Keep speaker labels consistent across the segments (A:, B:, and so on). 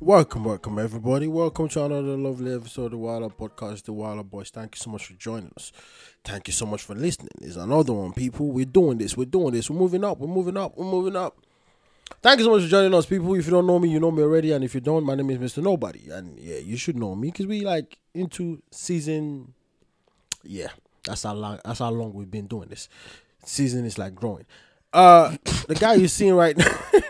A: Welcome, welcome everybody. Welcome to another lovely episode of the Wild Up Podcast, The Wild Up Boys. Thank you so much for joining us. Thank you so much for listening. It's another one, people. We're doing this, we're doing this, we're moving up, we're moving up, we're moving up. Thank you so much for joining us, people. If you don't know me, you know me already. And if you don't, my name is Mr. Nobody. And yeah, you should know me because we like into season yeah, that's how long that's how long we've been doing this. Season is like growing. Uh the guy you're seeing right now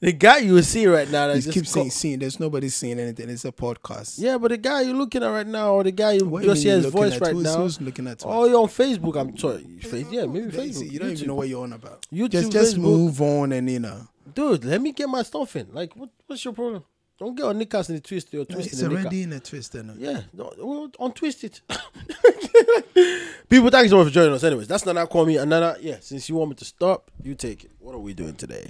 A: the guy you're seeing right now that
B: You
A: just
B: keep
A: co-
B: saying seeing. There's nobody seeing anything. It's a podcast.
A: Yeah, but the guy you're looking at right now, or the guy you
B: What do you
A: just
B: mean
A: hear his
B: looking
A: voice
B: at?
A: right
B: Who's-
A: now.
B: Who's looking at?
A: Oh, you're on Facebook. I'm sorry. Face, yeah, maybe
B: Yeah, you
A: Facebook.
B: see, you don't
A: YouTube.
B: even know what you're on about.
A: YouTube,
B: just just
A: Facebook.
B: move on and you know.
A: Dude, let me get my stuff in. Like, what, what's your problem? Don't get on Nickers in the twist or twist
B: It's
A: in the knicker.
B: already in a twist. Now.
A: Yeah, no, well, untwist it. People, thank you so much for joining us. Anyways, that's Nana call me. And Nana, yeah, since you want me to stop, you take it. What are we doing today?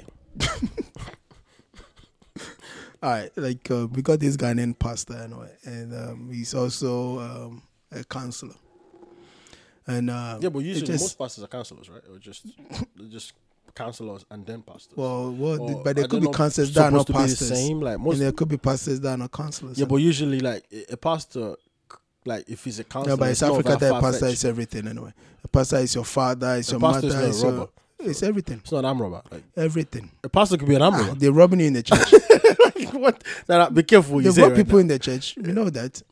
B: All right, like uh, we got this Ghanaian pastor and all, and um, he's also um, a counselor. And um,
A: Yeah, but
B: it
A: usually
B: just-
A: most pastors are counselors, right? Or just they're just counselors and then pastors.
B: well,
A: Or
B: well, but
A: are
B: there
A: they
B: could be
A: not
B: counselors that are
A: supposed
B: not
A: to be the
B: pastors,
A: same? Like, most-
B: and there could be pastors that are not counselors.
A: Yeah, but usually, like a- a pastor, c- like if he's a counselor,
B: No, but it's
A: not
B: Africa
A: that
B: that pastor
A: far-fetched.
B: is everything anyway. A pastor is your father, it's
A: A
B: your
A: pastor
B: mother,
A: is not a
B: it's, your,
A: robber.
B: it's everything.
A: It's not an arm robber. Like
B: Everything.
A: a pastor could be an arm
B: Ah,
A: robber.
B: they're robbing you in the church.
A: what? No, no, be careful. what
B: they
A: You
B: rob
A: say right
B: people
A: now.
B: in the church. You know that.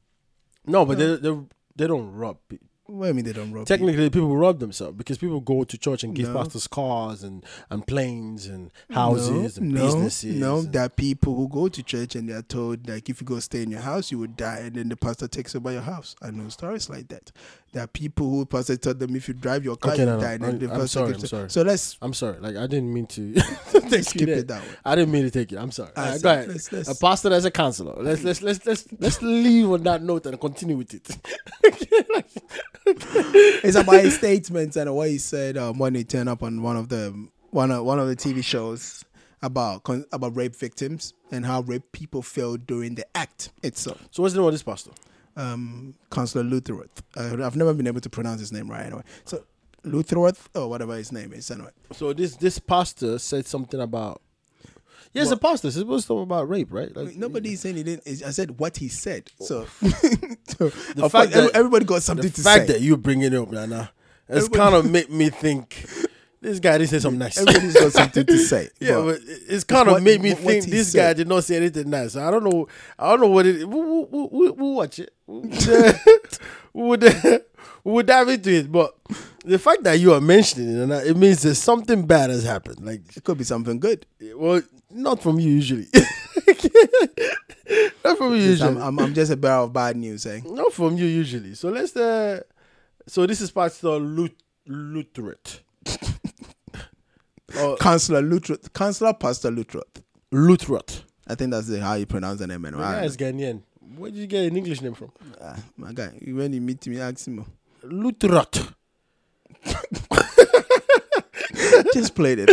A: No, but they, they they don't rob. pe-
B: What do you mean they don't rob? people?
A: Technically, people rob themselves because people go to church and give
B: No.
A: pastors cars and and planes and houses and
B: no,
A: businesses.
B: No,
A: and-
B: there are people who go to church and they are told like if you go stay in your house, you will die, and then the pastor takes over your house. I know stories like that. There are people who pastor told them if you drive your car,
A: Okay,
B: you
A: no, no,
B: die, and then
A: I'm-
B: the
A: I'm
B: pastor
A: sorry,
B: gives
A: I'm
B: it-
A: sorry.
B: So let's
A: I'm sorry. Like I didn't mean to take you
B: Skip
A: there.
B: it that way.
A: I didn't mean to take it. I'm sorry.
B: I
A: All right,
B: see.
A: go ahead.
B: Let's- let's-
A: A pastor as a counselor. Let's let's let's let's let's leave on that note and continue with it.
B: it's about his statements and what he said um, when he turned up on one of the one of, one of the TV shows about con- about rape victims and how rape people feel during the act itself.
A: So what's the name of this pastor?
B: Um, Councillor Lutherworth. Uh, I've never been able to pronounce his name right anyway. So Lutherworth or whatever his name is anyway.
A: So this this pastor said something about. Yes, a pastor is supposed to talk about rape, right? Like
B: Nobody is saying he didn't. it's- I said what he said. So, so
A: Oh. The
B: of
A: fact
B: course, every-
A: that-
B: everybody got something
A: the
B: to
A: fact
B: say.
A: that you bringing it up, Nana, it's
B: Everybody-
A: kind of made me think. This guy didn't say something nice.
B: Everybody's got something to say.
A: yeah,
B: but-
A: but it- it's kind of
B: what-
A: made me
B: what- what
A: think
B: he
A: this guy
B: said.
A: did not say anything nice. I don't know. I don't know what it. We'll, we'll, we'll, we'll watch it. We'll, we'll, we'll dive into it. But the fact that you are mentioning it, Nana, it means that something bad has happened. Like
B: it could be something good.
A: Well, not from you usually. not from you usually.
B: I'm, I'm, I'm just a bearer of bad news, eh?
A: not from you usually. So let's. Uh, so this is Pastor Lut- Lutheret. or
B: Counselor Lutroth, Counselor Pastor Lutroth.
A: Lutheret.
B: I think that's the, how you pronounce the name. And
A: The guy is Ghanaian. Where did you get an English name from?
B: my guy, when you meet me, ask him. oh,
A: Lutheret.
B: Just play it.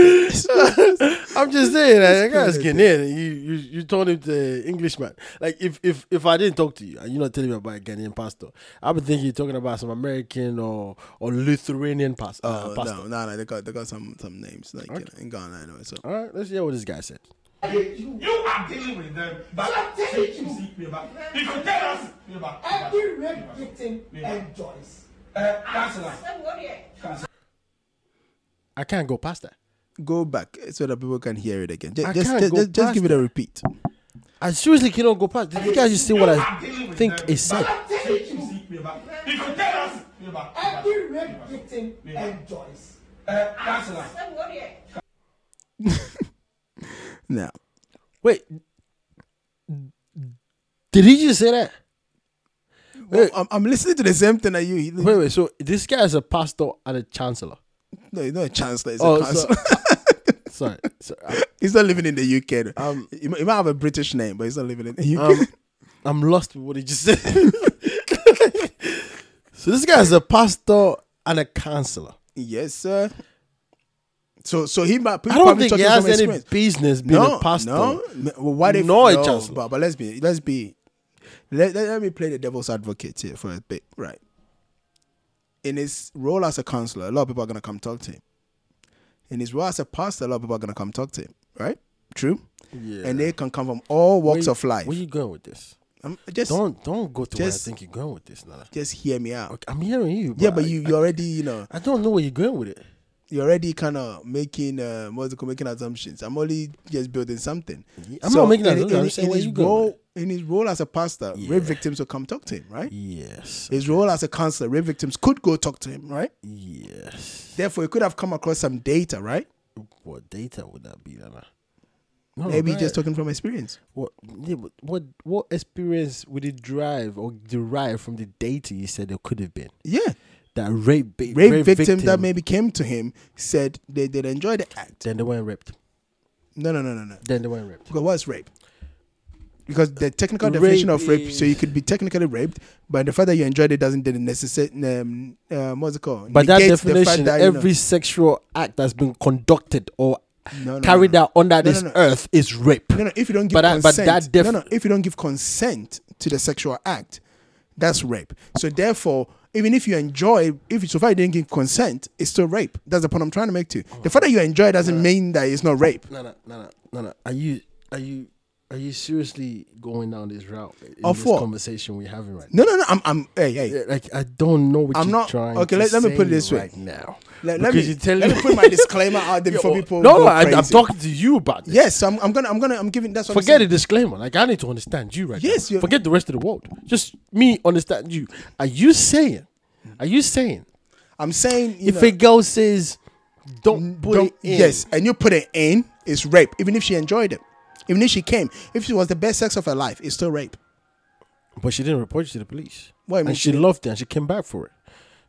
A: I'm just saying, like, that guy is
B: Lutheret.
A: Ghanaian. and You, you you told him the Englishman. Like if if if I didn't talk to you and you're not telling me about a Ghanaian pastor, I would think you're talking about some American or or Lithuanian pas- uh,
B: Oh,
A: pastor.
B: no, no, no, they got they got some some names like you know, in Ghana anyway. So
A: All right, let's hear what this guy said.
C: You are dealing with them. But I'm telling you, you could tell us.
D: Every rape victim enjoys.
C: Uh, Councillor,
A: I can't go past that.
B: go back so that people can hear it again. Just
A: I
B: just
A: can't
B: just,
A: go
B: just, just
A: past
B: give it a repeat.
A: I seriously cannot go past. Did you guys just say what I think is said?
D: I'm telling you,
C: you could tell us.
D: every rape victim enjoys.
C: Uh, Councillor,
B: Now,
A: Wait, did he just say that? Wait,
B: oh, I'm, I'm listening to the same thing that you. He,
A: wait, wait. So this guy is a pastor and a chancellor.
B: no, he's not a chancellor. He's
A: Oh,
B: a
A: so-
B: counselor.
A: Sorry, sorry.
B: he's not living in the UK.
A: Um,
B: he, might- he might have a British name, but he's not living in the UK.
A: I'm, um, I'm lost with what he just said. so this guy is a pastor and a counselor.
B: yes, sir. So so he might.
A: I don't think he
B: talking
A: has
B: from
A: any
B: experience.
A: business being a pastor.
B: No, no. Well, what if
A: No, it just-
B: But, but let's be let's be let, let, let me play the devil's advocate here for a bit, right? In his role as a counselor, a lot of people are gonna come talk to him. In his role as a pastor, a lot of people are gonna come talk to him, right? True.
A: Yeah.
B: And they can come from all walks
A: Where-
B: of life.
A: Where you going with this?
B: Um, just
A: Don't don't go to where I
B: just-
A: think you're going with this, Nana.
B: just hear me out.
A: Okay, I'm hearing you.
B: Yeah, but
A: I-
B: you you already you know
A: I don't know where you're going with it.
B: you're already kind of making uh what's it called, making assumptions. I'm only just building something.
A: I'm not making
B: in-
A: assumptions, I'm saying
B: in- in
A: where
B: his
A: you going with
B: role in his role as a pastor,
A: Yeah.
B: rape victims will come talk to him, right?
A: Yes.
B: His role as a counselor, rape victims could go talk to him, right?
A: Yes.
B: Therefore, he could have come across some data, right?
A: What data would that be, Nana? No,
B: Maybe
A: that-
B: just talking from experience.
A: what, yeah, but what what experience would it drive or derive from the data you said it could have been
B: Yeah,
A: that rape ba-
B: rape,
A: rape
B: victims
A: victim,
B: that maybe came to him said they did enjoy the act.
A: then they weren't raped
B: No, no, no, no, no.
A: then they weren't raped
B: Because what's rape? Because the technical
A: Rape
B: definition of rape, so
A: is-
B: you could be technically raped, but the fact that you enjoyed it doesn't necessarily um, um, what's it called?
A: But that
B: Negates the fact
A: definition,
B: that, you know-
A: every sexual act that's been conducted or
B: No, no,
A: carried
B: no, no.
A: out under
B: no,
A: this
B: no.
A: earth is rape.
B: No, no. If you don't give
A: But that- but
B: consent,
A: that def-
B: no, no. If you don't give consent to the sexual act, that's rape. So therefore, even if you enjoy, if so far you didn't give consent, it's still rape. That's the point I'm trying to make to you.
A: Oh.
B: The fact that you enjoy doesn't mean that it's not rape.
A: No, no, no, no, no, no. Are you, are you, are you seriously going down this route in
B: Of
A: this
B: what?
A: conversation we're having right now?
B: No, no, no. I'm, I'm. Hey, hey.
A: Yeah, eh, Like I don't know what
B: I'm
A: you're
B: not-
A: trying.
B: okay,
A: to
B: let- let me put it
A: say
B: this way.
A: right now.
B: Let, let me,
A: Because you're telling
B: let me put my disclaimer out there
A: Yeah,
B: before
A: well,
B: people.
A: No,
B: go
A: I, I'm
B: crazy.
A: talking to you about this.
B: Yes, I'm, I'm gonna, I'm gonna, I'm giving. That's what
A: Forget the
B: I'm saying.
A: disclaimer. Like I need to understand you right
B: Yes,
A: now.
B: you're-
A: Forget the rest of the world. Just me understand you. Are you saying? Are you saying
B: I'm saying you
A: if
B: know,
A: a girl says, "Don't put
B: don't-
A: it in,"
B: Yes, and you put it in, it's rape. Even if she enjoyed it, even if she came, if she was the best sex of her life, it's still rape.
A: But she didn't report it to the police.
B: What do you mean
A: and
B: she
A: she
B: didn't?
A: loved it and she came back for it.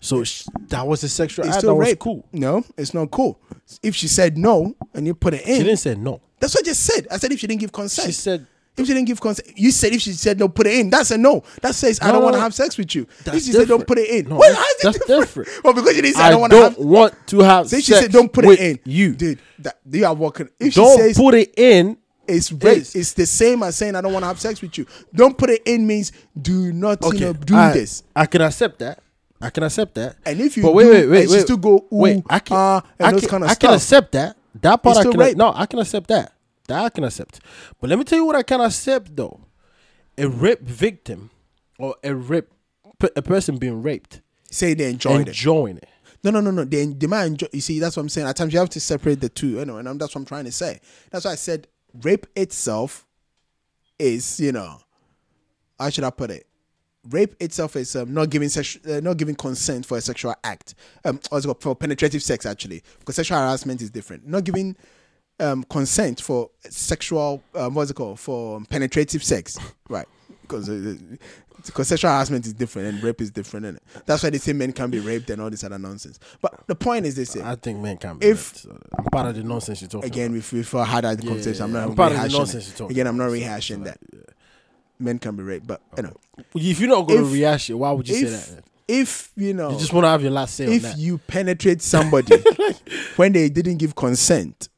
A: So sh that was a sexual
B: It's
A: act.
B: still
A: That
B: rape.
A: was cool.
B: No, it's not cool. If she said no and you put it
A: She
B: in,
A: didn't say no.
B: that's what I just said. I said if she didn't give consent.
A: She said-
B: If she didn't give consent, you said if she said no, put it in. That's a no. That says I
A: No,
B: don't want to
A: no.
B: have sex with you.
A: That's
B: if she said don't
A: different.
B: put it in,
A: No,
B: well,
A: that's-
B: how's it
A: that's
B: different?
A: different.
B: Well, because you didn't say I don't want to have.
A: want to have.
B: Say
A: sex
B: she said don't put it
A: with
B: in.
A: You
B: dude, that you are walking. If
A: don't
B: she says
A: put it in.
B: it's rape,
A: Yes.
B: it's the same as saying I don't want to have sex with you. Don't put it in means do not you know, do
A: I,
B: this.
A: I can accept that. I can accept that.
B: And if you
A: but wait,
B: do,
A: wait, wait,
B: and she
A: wait,
B: still go, ooh,
A: wait, I can,
B: ah, and
A: I
B: those
A: can,
B: kinda
A: I can
B: stuff.
A: accept that. That part
B: It's
A: I
B: still
A: can.
B: rape.
A: No, I can accept that. That I can accept. But let me tell you what I can accept though: a rape victim or a rape, pe- a person being raped,
B: Say they enjoyed it.
A: enjoying it.
B: No, no, no, no. They, they might enjoy. You see, that's what I'm saying. At times you have to separate the two, you know, and I'm, that's what I'm trying to say. That's why I said rape itself is, you know, how should I put it? Rape itself is um, not giving sex, uh, not giving consent for a sexual act. Um, or it's called- for penetrative sex actually, because sexual harassment is different. Not giving um consent for sexual um, what's it called for penetrative sex, right? Because uh, because sexual harassment is different and rape is different, and that's why they say men can be raped and all this other nonsense. But the point is, they say
A: I think men can be
B: If-
A: raped. So I'm part of the nonsense you're talking
B: again, we've, we've had that conversation. I'm
A: yeah,
B: not
A: I'm part of the
B: rehashing.
A: nonsense you're
B: it.
A: talking
B: Again, I'm not
A: about, so-
B: rehashing that. Men can be raped, but you know,
A: about. If you're not going
B: if-
A: to rehash it, why would you say that?
B: if
A: then?
B: if you know,
A: You just want to have your last say on
B: if
A: that.
B: you penetrate somebody when they didn't give consent,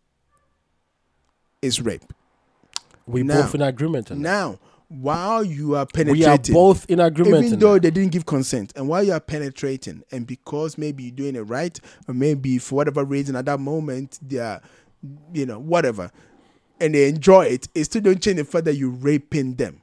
B: it's rape.
A: We're
B: now-
A: both in agreement on that.
B: Now, while you are
A: We are
B: penetrating,
A: both in agreement.
B: even
A: on
B: though
A: that.
B: they didn't give consent, and while you are penetrating, and because maybe you're doing it right, or maybe for whatever reason at that moment they are, you know, whatever, and they enjoy it, it still don't change the fact that you're raping them.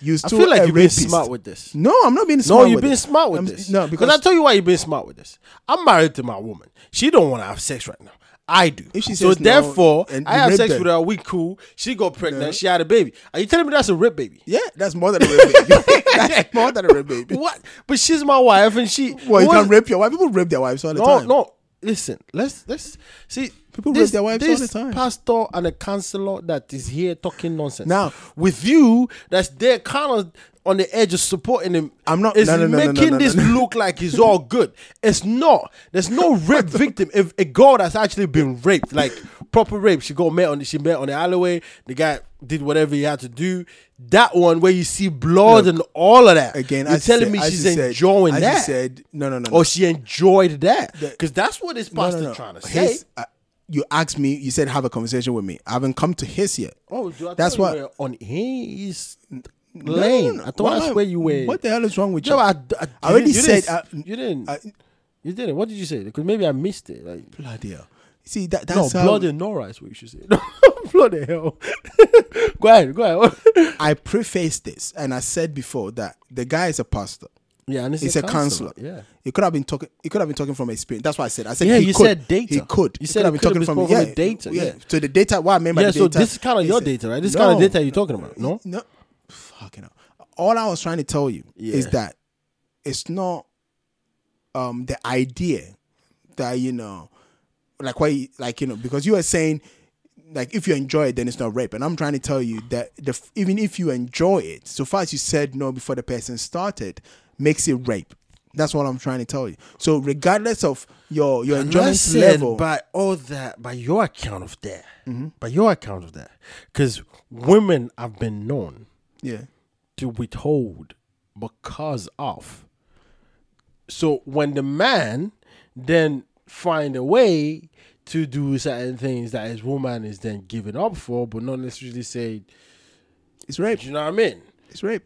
B: You
A: I
B: still
A: feel like
B: a
A: you're being
B: rapist.
A: smart with this.
B: No, I'm not being smart.
A: No, you've
B: with
A: been
B: it.
A: smart with
B: I'm-
A: this.
B: No, because
A: I tell you why you've been smart with this. I'm married to my woman. She don't want to have sex right now. I do.
B: If she
A: so
B: says no,
A: therefore,
B: and
A: I
B: you
A: have
B: rape
A: sex
B: them.
A: with her. We cool. She got pregnant. She had a baby. Are you telling me that's a rape baby?
B: yeah, that's more than a rape baby. that's more than a rape baby.
A: What? But she's my wife, and she.
B: Well, you
A: what-
B: can't rape your wife. People rape their wives all the
A: No,
B: time.
A: no. Listen, let's let's see.
B: People rape
A: this,
B: their wives all
A: this
B: the time.
A: Pastor and a counselor that is here talking nonsense.
B: Now-
A: with you, that's there kind of on the edge of supporting him.
B: I'm not-
A: Is
B: no, no, no, no,
A: making
B: no, no,
A: this
B: no.
A: look like it's all good. It's not. There's no rape victim. If a girl that's actually been raped, like proper rape, she got met on the, she met on the alleyway. The guy did whatever he had to do. That one where you see blood and all of that.
B: Again,
A: you're
B: as you
A: telling
B: said-
A: me
B: as
A: she's
B: you said-
A: enjoying
B: as you
A: that Oh,
B: said, no, no, no, no.
A: or she enjoyed that because that's what this
B: No,
A: pastor
B: no, no.
A: trying to say.
B: His- uh, you asked me. You said have a conversation with me. I haven't come to his yet.
A: oh, do I
B: that's
A: thought
B: why.
A: you were on his
B: No, no, no,
A: lane.
B: no.
A: I
B: Why
A: thought
B: am I-
A: that's where you were.
B: What the hell is wrong with
A: No,
B: you?
A: I, I,
B: I already
A: you didn't-
B: said, uh,
A: you didn't.
B: I-
A: you didn't. What did you say? Because maybe I missed it. Like
B: Bloody hell. See that
A: No,
B: that's how
A: blood and no rice, we should say. blood and hell. go ahead, go ahead.
B: I prefaced this and I said before that the guy is a pastor.
A: yeah, and it's,
B: He's a counselor.
A: Yeah.
B: He could have been talking. He could have been talking from experience. That's why I said. I said.
A: Yeah,
B: he
A: you
B: could.
A: said data.
B: He could.
A: You said it could have been spoken from the data, yeah.
B: So the data. What I meant by
A: Yeah,
B: the
A: so
B: data
A: this is kind of your
B: that-
A: data, right? This
B: No.
A: kind of data you're talking about, no?
B: No, fucking hell. All I was trying to tell you is
A: Yeah.
B: that it's not um the idea that you know, like why, you- like you know, because you are saying like if you enjoy it, then it's not rape, and I'm trying to tell you that the f- even if you enjoy it, so far as you said no before the person started, makes it rape. That's what I'm trying to tell you. So regardless of your your enjoyment
A: Listen,
B: level, Mm-hmm.
A: by all that, by your account of that, by your account of that, because women have been known
B: yeah,
A: to withhold because of. So when the man then find a way to do certain things that his woman is then giving up for, but not necessarily say,
B: it's rape.
A: do you know what I mean?
B: It's rape.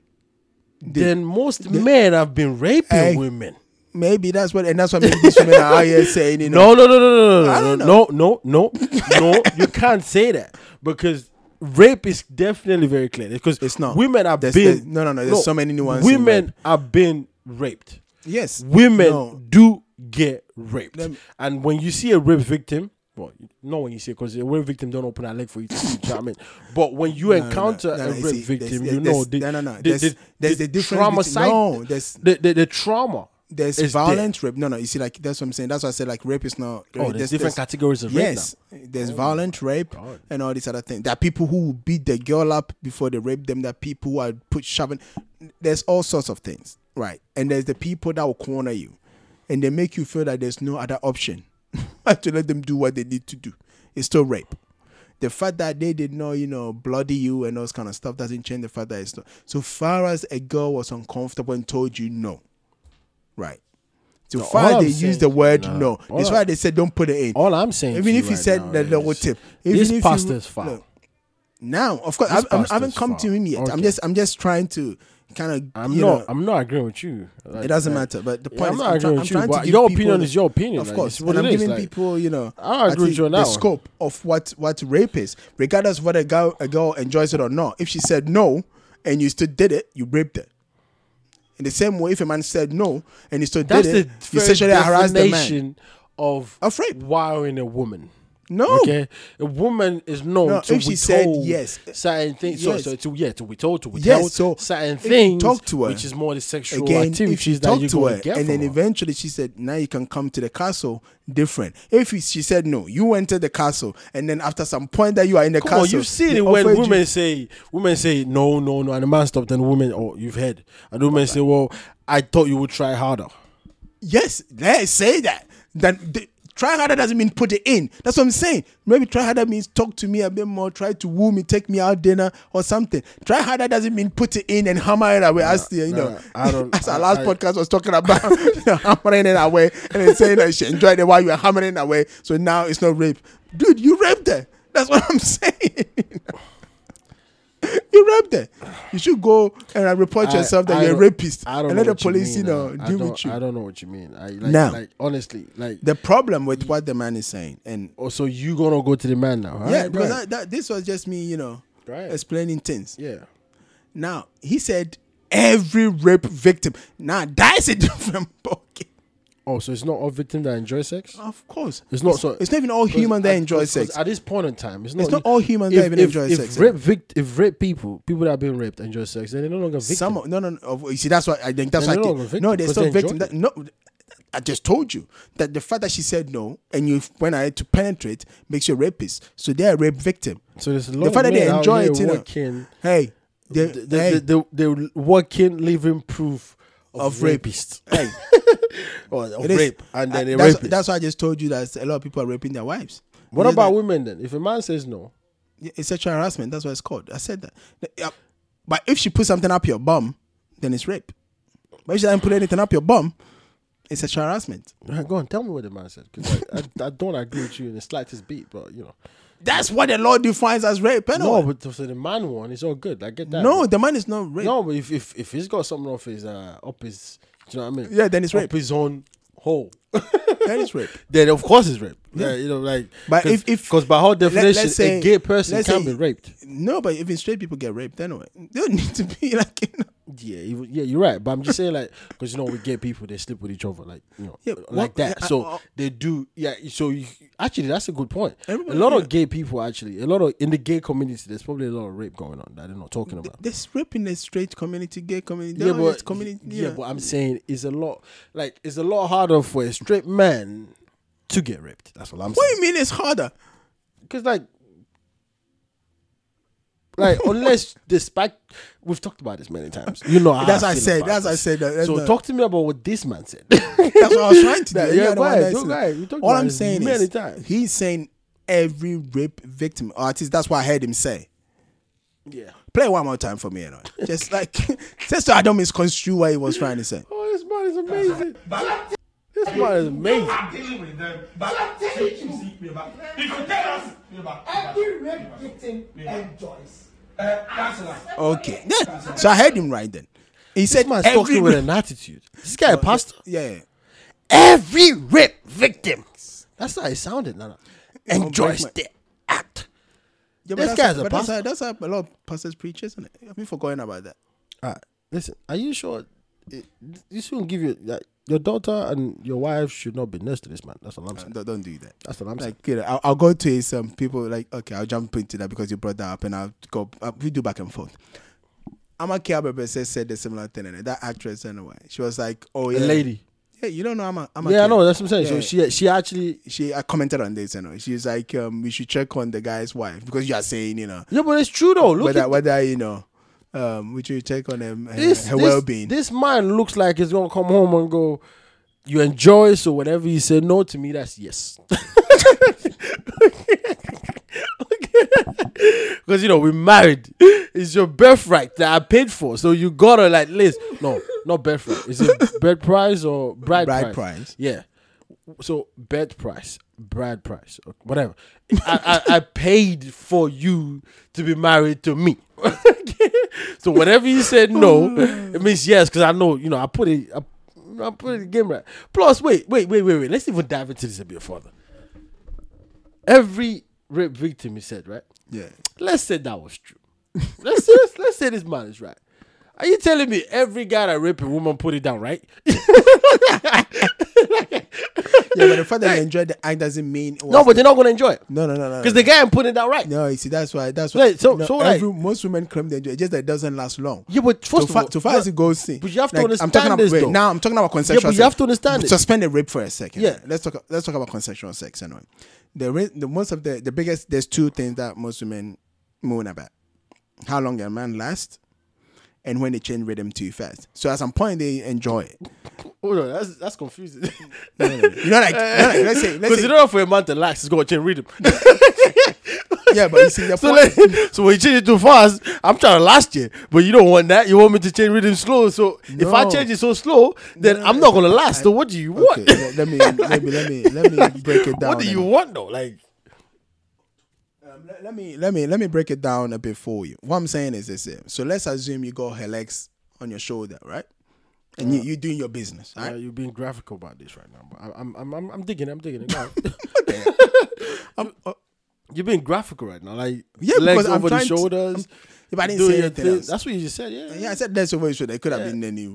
A: then most men have been raping
B: Hey.
A: women.
B: Maybe that's what, and that's what maybe these women are out here saying, you know,
A: No, no, no, no,
B: I
A: no, no,
B: don't
A: no, no, no, no, no. You can't say that because rape is definitely very clear. Because
B: It's not.
A: Women have
B: There's-
A: been
B: there's- no, no, no, there's so many nuances in
A: Women
B: rape.
A: have been raped.
B: Yes.
A: Women
B: No.
A: do get raped,
B: Lem-
A: and when you see a rape victim. Well, not when you see because a rape victim don't open her leg for you to see. do you know what I mean? But when you
B: no,
A: encounter
B: no, no,
A: a
B: you
A: rape
B: see, there's-
A: victim, you
B: there's-
A: know
B: there's-
A: the,
B: no, no, no,
A: the-
B: there's-
A: the-
B: there's
A: the
B: a difference
A: trauma
B: between-
A: side.
B: no, there's-
A: the, the, the trauma.
B: there's
A: is there. Oh,
B: violent rape. No, no, you see, like that's what I'm saying. That's why I said like rape is not.
A: there's different categories of rape Oh
B: Yes, there's violent rape and all these other things. There are people who will beat the girl up before they rape them. There are people who are put shoving. There's all sorts of things, right? And there's the people that will corner you, and they make you feel that there's no other option but to let them do what they need to do. It's still rape. The fact that they did not, you know, bloody you and all this kind of stuff doesn't change the fact that it's not. So far as a girl was uncomfortable and told you no, right? So
A: all
B: far
A: I'm
B: they
A: saying-
B: use the word
A: Nah.
B: no.
A: All
B: That's
A: I-
B: why they said don't put it in.
A: All I'm saying,
B: even
A: to
B: if
A: you
B: you
A: right
B: said
A: now
B: the little
A: is,
B: tip, even
A: this
B: if you-
A: pastor's foul.
B: Look, now, of course,
A: This
B: I, I, I haven't
A: pastor's
B: come to
A: foul.
B: him yet. I'm
A: Okay.
B: just, I'm just trying to kind of.
A: I'm
B: you
A: not.
B: know,
A: I'm not agreeing with you. Like,
B: it doesn't
A: like,
B: matter. But the
A: yeah,
B: point
A: I'm
B: is,
A: not
B: I'm, try-
A: agreeing
B: I'm
A: with you,
B: trying to
A: but
B: give
A: your
B: people
A: opinion
B: the-
A: is your opinion,
B: Of
A: like,
B: course,
A: it's what
B: and
A: it
B: I'm
A: is,
B: giving
A: like,
B: people, you know,
A: I agree with
B: at least
A: you on
B: the
A: that one.
B: scope of what what rape is, regardless whether a girl, a girl enjoys it or not. If she said no and you still did it, you raped her. In the same way, if a man said no and you still
A: That's
B: did it,
A: the
B: you
A: very
B: sexually harassed the man.
A: definition of
B: Of rape.
A: wiring a woman.
B: No.
A: okay, a woman is known
B: No,
A: to
B: if
A: withhold
B: she said yes.
A: certain things.
B: Yes.
A: So, so to yeah, to withhold, to withhold
B: so
A: certain
B: if you
A: things.
B: talk to her,
A: which is more the sexual
B: again if you
A: activities that
B: talk
A: you're
B: to
A: going
B: her
A: to get
B: and
A: from
B: then
A: her.
B: eventually she said now you can come to the castle different if you- she said no you entered the castle and then after some point that you are in the
A: Come
B: castle
A: on, you've seen
B: they
A: it when
B: offered
A: women
B: you-
A: say women say no, no, no, and the man stopped, and women oh you've heard, and the women say, well, I thought you would try harder.
B: yes let's say that then the, try harder doesn't mean put it in that's what i'm saying maybe try harder means talk to me a bit more try to woo me take me out dinner or something try harder doesn't mean put it in and hammer it away as the, you
A: nah,
B: know
A: I don't-
B: as our
A: I-
B: last
A: I-
B: podcast was talking about you know, hammering it away and then saying that she enjoyed it while you were hammering it away so now it's not rape dude you raped her that's what i'm saying You raped her. You should go and uh, report yourself that you're a
A: don't-
B: rapist.
A: I don't
B: and let
A: know
B: the
A: what you
B: police, you,
A: mean, uh,
B: know,
A: I
B: deal
A: don't-
B: with you.
A: I don't know what you mean. I like,
B: Nah.
A: like honestly, like
B: the problem with what the man is saying and
A: oh, so you gonna go to the man now?
B: yeah
A: alright,
B: because
A: right.
B: that, that, this was just me you know
A: Right.
B: explaining things
A: yeah.
B: now he said every rape victim now that's a different pocket
A: Oh, so it's not all victim that enjoy sex.
B: of course
A: It's not so.
B: it's not even all
A: because
B: human that
A: at-
B: enjoy
A: because
B: sex
A: At this point in time, it's not.
B: not all human that even
A: if,
B: enjoy
A: if
B: sex, eh?
A: Rape vict- if rape people, people that have been raped enjoy sex, then they're no longer victims.
B: some of- no no no of- you see that's what I think that's
A: They're
B: what
A: no
B: I
A: longer
B: think
A: victim
B: no they're
A: because
B: still
A: they
B: victim
A: enjoyed
B: that, no I just told you that the fact that she said no and you went ahead to penetrate makes you a rapist so they're a rape victim
A: So there's a lot
B: the fact
A: of
B: that they
A: men out
B: enjoy
A: here
B: it you know Eh,
A: working-
B: hey they-
A: the, the,
B: hey,
A: the, the, the working living proof of,
B: Of rape.
A: rapist
B: hey
A: or of
B: It is.
A: rape and then
B: Uh,
A: a
B: that's,
A: rapist.
B: that's why I just told you that a lot of people are raping their wives.
A: what
B: It's
A: about
B: like-
A: women then? If a man says no,
B: Yeah, it's sexual harassment? That's what it's called. I said that. The- yeah, But if she puts something up your bum, then it's rape. But if she doesn't put anything up your bum, it's sexual harassment.
A: Right, Go on, tell me what the man said because I, I, I don't agree with you in the slightest bit. But you know,
B: That's what the law defines as rape.
A: no,
B: No,
A: but so the man one is all good. I get that.
B: no,
A: but,
B: the man is not rape.
A: no, but if, if if he's got something off his uh up his, do you know what I mean?
B: Yeah, then it's
A: up
B: rape.
A: his own hole.
B: That is rape.
A: then of course it's rape. Yeah, you know, like
B: But if- if-
A: because by whole
B: let- let's
A: definition,
B: say-
A: a gay person
B: let's
A: can
B: say-
A: be raped.
B: No, but even straight people get raped anyway. They don't need to be like. You know,
A: Yeah, you, yeah, you're right. But I'm just saying, like, because you know, we gay people they sleep with each other, like you know,
B: Yeah,
A: like
B: what-
A: that.
B: yeah,
A: So
B: uh, uh,
A: they do. Yeah. So you, actually, that's a good point.
B: Everybody-
A: a lot
B: yeah.
A: of gay people actually, a lot of in the gay community, there's probably a lot of rape going on that they're not talking about.
B: there's rape in the straight community, gay community.
A: yeah, but
B: community.
A: yeah, but I'm saying it's a lot. Like it's a lot harder for a straight man to get raped. That's what I'm
B: what do
A: saying.
B: you mean it's harder?
A: Because like. Like unless the spike, we've talked about this many times. You know, how
B: That's what I
A: feel
B: said,
A: about
B: that's what I
A: this.
B: said, that- that's
A: so
B: not-
A: talk to me about what this man said.
B: That's what I was trying to do.
A: Yeah,
B: You're
A: yeah,
B: the one
A: right,
B: that's-
A: don't lie. We talked
B: All
A: about
B: I'm
A: this
B: saying
A: many
B: is
A: times.
B: he's saying every rape victim, or at least that's what I heard him say.
A: yeah.
B: Play one more time for me, you know. Just like, just so I don't misconstrue what he was trying to say.
A: Oh, this man is amazing.
C: But let's
A: This man is
C: You
A: amazing.
C: are dealing with them. But let's take you see me back. You could tell us me back.
D: Every rape victim enjoys.
C: Uh, Councillor.
A: Oh,
B: Okay. Yeah. So I heard him right then. He said,
A: This man's
B: every
A: talking with
B: rape-
A: an attitude. This guy a pastor.
B: Yeah. yeah.
A: Every rape victim. That's how it sounded, Nana. Oh, Enjoys
B: my-
A: the act.
B: Yeah,
A: This
B: but
A: guy's
B: that's,
A: a
B: but that's,
A: pastor.
B: how, that's how a lot of pastors preach, isn't it? Have you forgotten about that?
A: All right, listen. Are you sure? It, this will give you like, your daughter and your wife should not be next to this man. That's what I'm saying.
B: Don't, don't do that.
A: That's what I'm saying.
B: Uh, Like, you know, I'll, I'll go to some people. Like, okay, I'll jump into that because you brought that up, and I'll go. Uh, we do back and forth. Amake Abebese said the similar thing, and that actress anyway. She was like, "Oh yeah,
A: A lady.
B: Yeah, you don't know Ama. Amake.
A: Yeah, I know. That's what I'm saying.
B: Yeah.
A: So she she actually.
B: she I commented on this, you know. She's like, um, we should check on the guy's wife because you are saying, you know,
A: Yeah, but it's true though. Look
B: whether
A: at
B: whether you know, um, we should check on him, her,
A: this,
B: her
A: this-
B: well-being.
A: This man looks like he's gonna come home and go, "You enjoy." So whenever you say no to me, that's yes. Because you know we married. It's your birthright that I paid for, so you gotta like list. No, not birthright. Is it bed price or bride,
B: Bride
A: price?
B: price.
A: Yeah. So bed price, bride price, or whatever. I, I I paid for you to be married to me. so whenever you said no, it means yes because I know you know I put it. I, I put it in the game right. Plus, wait, wait, wait, wait, wait. Let's even dive into this a bit further. Every rape victim, he said, right?
B: yeah,
A: Let's say that was true. Let's say let's, let's say this man is right. Are you telling me every guy that raped a woman put it down, right?
B: yeah. But the fact that you enjoyed the act doesn't mean it was-
A: no, but they're not gonna enjoy it
B: no, no, no, no,
A: because
B: no.
A: the guy ain't put it down right.
B: No, you see, that's why. That's why.
A: Right, so-
B: no,
A: so, like-
B: every, most women claim they enjoy. it, Just that it doesn't last long.
A: Yeah, but
B: So
A: first of
B: far,
A: all,
B: so far
A: no,
B: as it goes, see,
A: But you have to
B: like, I'm
A: understand
B: talking about,
A: this
B: wait,
A: though.
B: Now I'm talking about consensual.
A: but you
B: sex.
A: have to understand it.
B: Suspend the rape for a second.
A: Yeah.
B: let's talk. Let's talk about consensual sex anyway. The, ra- the most of the the biggest there's two things that most women moan about: how long a man lasts, and when they change rhythm too fast. So at some point they enjoy it.
A: Hold on, that's that's confusing.
B: You know, like, you know, like, let's say, let's
A: Because
B: say,
A: in order for a man to relax, he's gonna change rhythm.
B: yeah, but you see, the
A: so,
B: point-
A: let, so when you change it too fast, I'm trying to last you, but you don't want that. You want me to change rhythm slow. So if I
B: No.
A: change it so slow, then
B: No, no,
A: I'm
B: no,
A: not gonna
B: no,
A: last.
B: I-
A: so what do you want?
B: Okay, let, let me let me let me let me break it down.
A: what do
B: and-
A: you want though? Like
B: Um, let, let me let me let me break it down a bit for you. What I'm saying is this: here. so let's assume you got her legs on your shoulder, right? And you you doing your business,
A: Yeah,
B: right?
A: you're being graphical about this right now, but I- I'm I'm I'm, I'm digging. I'm digging. it. Go on.
B: I'm- uh,
A: you're being graphical right now, like
B: Yeah,
A: legs
B: because I'm
A: over the
B: trying to-
A: shoulders.
B: Yeah, but I didn't
A: doing
B: say
A: your
B: anything
A: thing.
B: else.
A: That's what you just said. Yeah,
B: yeah, I said that's over your shoulder. It could have been any.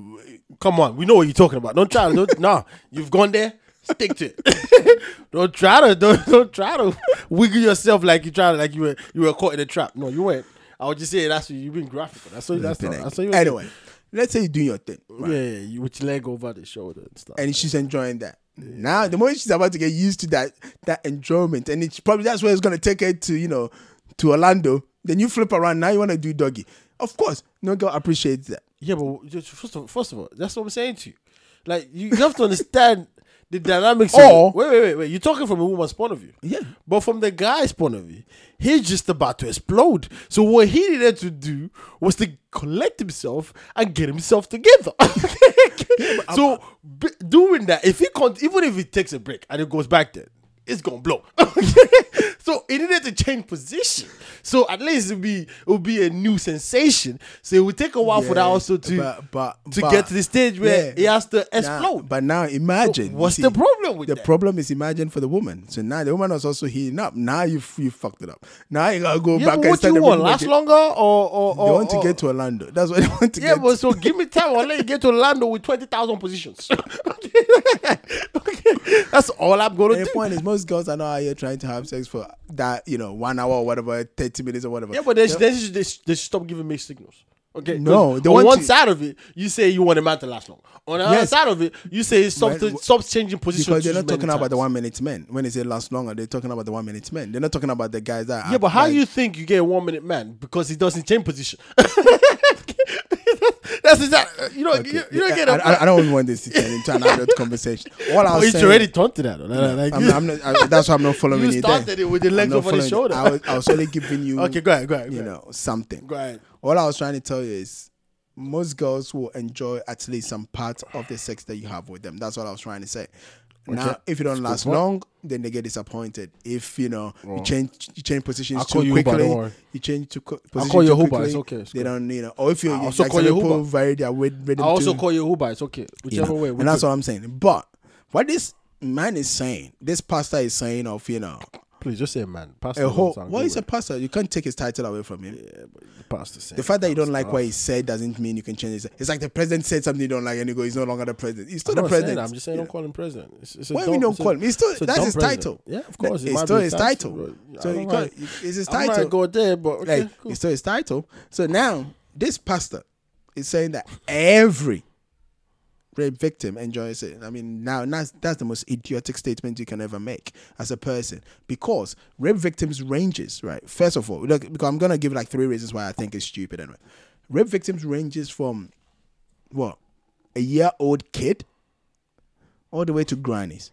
A: Come on, we know what you're talking about. Don't try to. Don't, nah, you've gone there. Stick to it. don't try to. Don't don't try to wiggle yourself like you try to like you were you were caught in a trap. No, you weren't. I would just say that's what you've been graphical. That's what that's not, that's what you were
B: Anyway, let's say you're doing your thing,
A: doing.
B: right?
A: Yeah, yeah, you with your leg over the shoulder and stuff.
B: and she's enjoying that. Now, the moment she's about to get used to that that enjoyment, and it's probably that's where it's gonna take her to, you know, to Orlando. Then you flip around. Now you wanna do doggy. Of course, no girl appreciates that.
A: Yeah, but just first of first of all, that's what I'm saying to you. Like you, you have to understand the dynamics.
B: Or-
A: of, wait, wait, wait, wait. You're talking from a woman's point of view.
B: Yeah.
A: But from the guy's point of view, he's just about to explode. So what he needed to do was to collect himself and get himself together. so b- doing that, if he can't, even if he takes a break and it goes back there, it's gonna blow.
E: So it needed to change position. So at least it'll be it'll be a new sensation. So it will take a while for that
B: Yeah,
E: also to
B: but- but-
E: to
B: but-
E: get to the stage where
B: yeah.
E: it has to
B: Nah,
E: explode.
B: but now imagine. you
E: what's the problem with
B: the
E: that?
B: problem is imagine for the woman. So now the woman was also heating up. Now you you fucked it up. Now you gotta go
E: yeah,
B: back
E: but
B: and
E: what
B: start
E: you
B: the
E: want?
B: rhythm
E: Last
B: again.
E: longer or or,
B: They
E: or
B: want to
E: or-
B: get to Orlando. That's what they want to
E: Yeah,
B: get.
E: but
B: to.
E: so give me time. I'll let you get to Orlando with 20,000 positions. okay. That's all I'm going to
B: the
E: do.
B: point is most girls are not out here trying to have sex for that you know one hour or whatever, thirty minutes or whatever.
E: Yeah, but they, should- they, should, they, should, they should stop giving mixed signals. Okay. 'cause
B: No, they
E: on
B: want
E: one
B: to-
E: side of it, you say you want a man to last long. On the other
B: Yes.
E: side of it, you say stop,
B: Well,
E: stop changing positions.
B: because they're
E: too
B: not
E: many
B: talking about the
E: times.
B: one minute men. When they say last longer, they're talking about the one minute men. They're not talking about the guys that.
E: Yeah,
B: act
E: but how
B: like-
E: you think you get a one minute man because he doesn't change position? That's
A: uh,
E: exactly. You know,
B: Okay.
E: you, you don't get
B: I,
E: a.
B: I, I don't even want this to turn into an adult conversation. All I
E: Oh,
B: was
E: it's
B: saying,
E: already turned to that. Like,
B: I'm, I'm not, I, that's why I'm not following
E: You
B: it.
E: started it with the leg over the shoulder.
B: I was, I was only giving you,
E: okay, go ahead, go ahead. Go
B: you
E: ahead.
B: know, something.
E: Go ahead.
B: All I was trying to tell you is, most girls will enjoy at least some part of the sex that you have with them. That's what I was trying to say. Now, if you don't last long, then they get disappointed. If you know you change you change positions
A: I'll call
B: too
A: you Uber,
B: quickly,
A: don't worry.
B: you change to co- position
A: call you
B: too
A: Uber,
B: quickly,
A: it's okay, it's
B: they
A: good.
B: don't, you know, or if you
A: I'll also
B: like
A: call
B: some
A: you
B: people
A: Uber.
B: vary their weight rhythm
A: I also
B: too
A: call you Uber. It's okay.
B: you
A: Whichever
B: know,
A: way. we
B: and that's
A: do it.
B: what I'm saying. But what this man is saying, this pastor is saying of you know
A: Please just say, man. Pastor.
B: a whole.
A: doesn't sound
B: What
A: good
B: is a
A: word.
B: pastor? You can't take his title away from him.
A: pastor? Saying.
B: The fact that you don't like what he said doesn't mean you can change it. It's like the president said something you don't like, and you go, he's no longer the president. He's still
A: I'm
B: the
A: not saying
B: president.
A: that, I'm just saying
B: You
A: don't call him president. It's, it's a
B: know? Why
A: dumb-
B: we don't
A: it's a-
B: call him? He's still
A: it's a
B: that's
A: dumb
B: his
A: president.
B: title.
A: Yeah, of course. it
B: it's
A: might
B: still
A: be
B: his title.
A: but
B: So
A: I
B: you
A: don't
B: can't,
A: like-
B: it's his
A: I might
B: title.
A: go there, but okay,
B: like
A: cool.
B: it's still his title. So now this pastor is saying that every rape victim enjoys it. I mean, now that's that's the most idiotic statement you can ever make as a person because rape victims ranges right. First of all, look, because I'm gonna give like three reasons why I think it's stupid anyway. Rape victims ranges from what a year old kid all the way to grannies.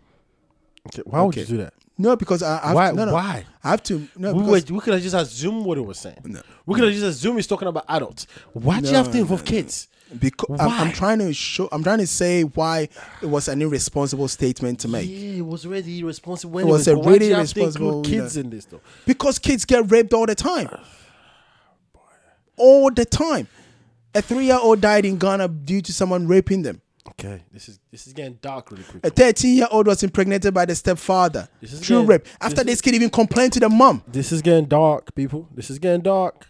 A: Okay, why would you
B: okay.
A: do that?
B: No, because I, I have,
A: Why-
B: No, no,
A: why?
B: I have to no
E: We,
B: because
E: were, we could have just assumed what he was saying. We could have just assumed he's talking about adults. Why do you have to
B: No,
E: involve kids?
B: because I'm, I'm
E: Why?
B: trying to show i'm trying to say why it was an irresponsible statement to make
E: Yeah, it was already irresponsible. When
B: It was
E: it
B: a
E: was, but why do
B: really
E: you have to include
B: irresponsible, you
E: kids
B: know.
E: in this though.
B: because kids get raped all the time all the time a three-year-old died in ghana due to someone raping them
E: Okay, this is this is getting dark really quick.
B: a 13-year-old was impregnated by the stepfather
E: This is
B: true
E: getting-
B: rape
E: this
B: after this, kid even complained to the mom
A: This is getting dark, people. This is getting dark.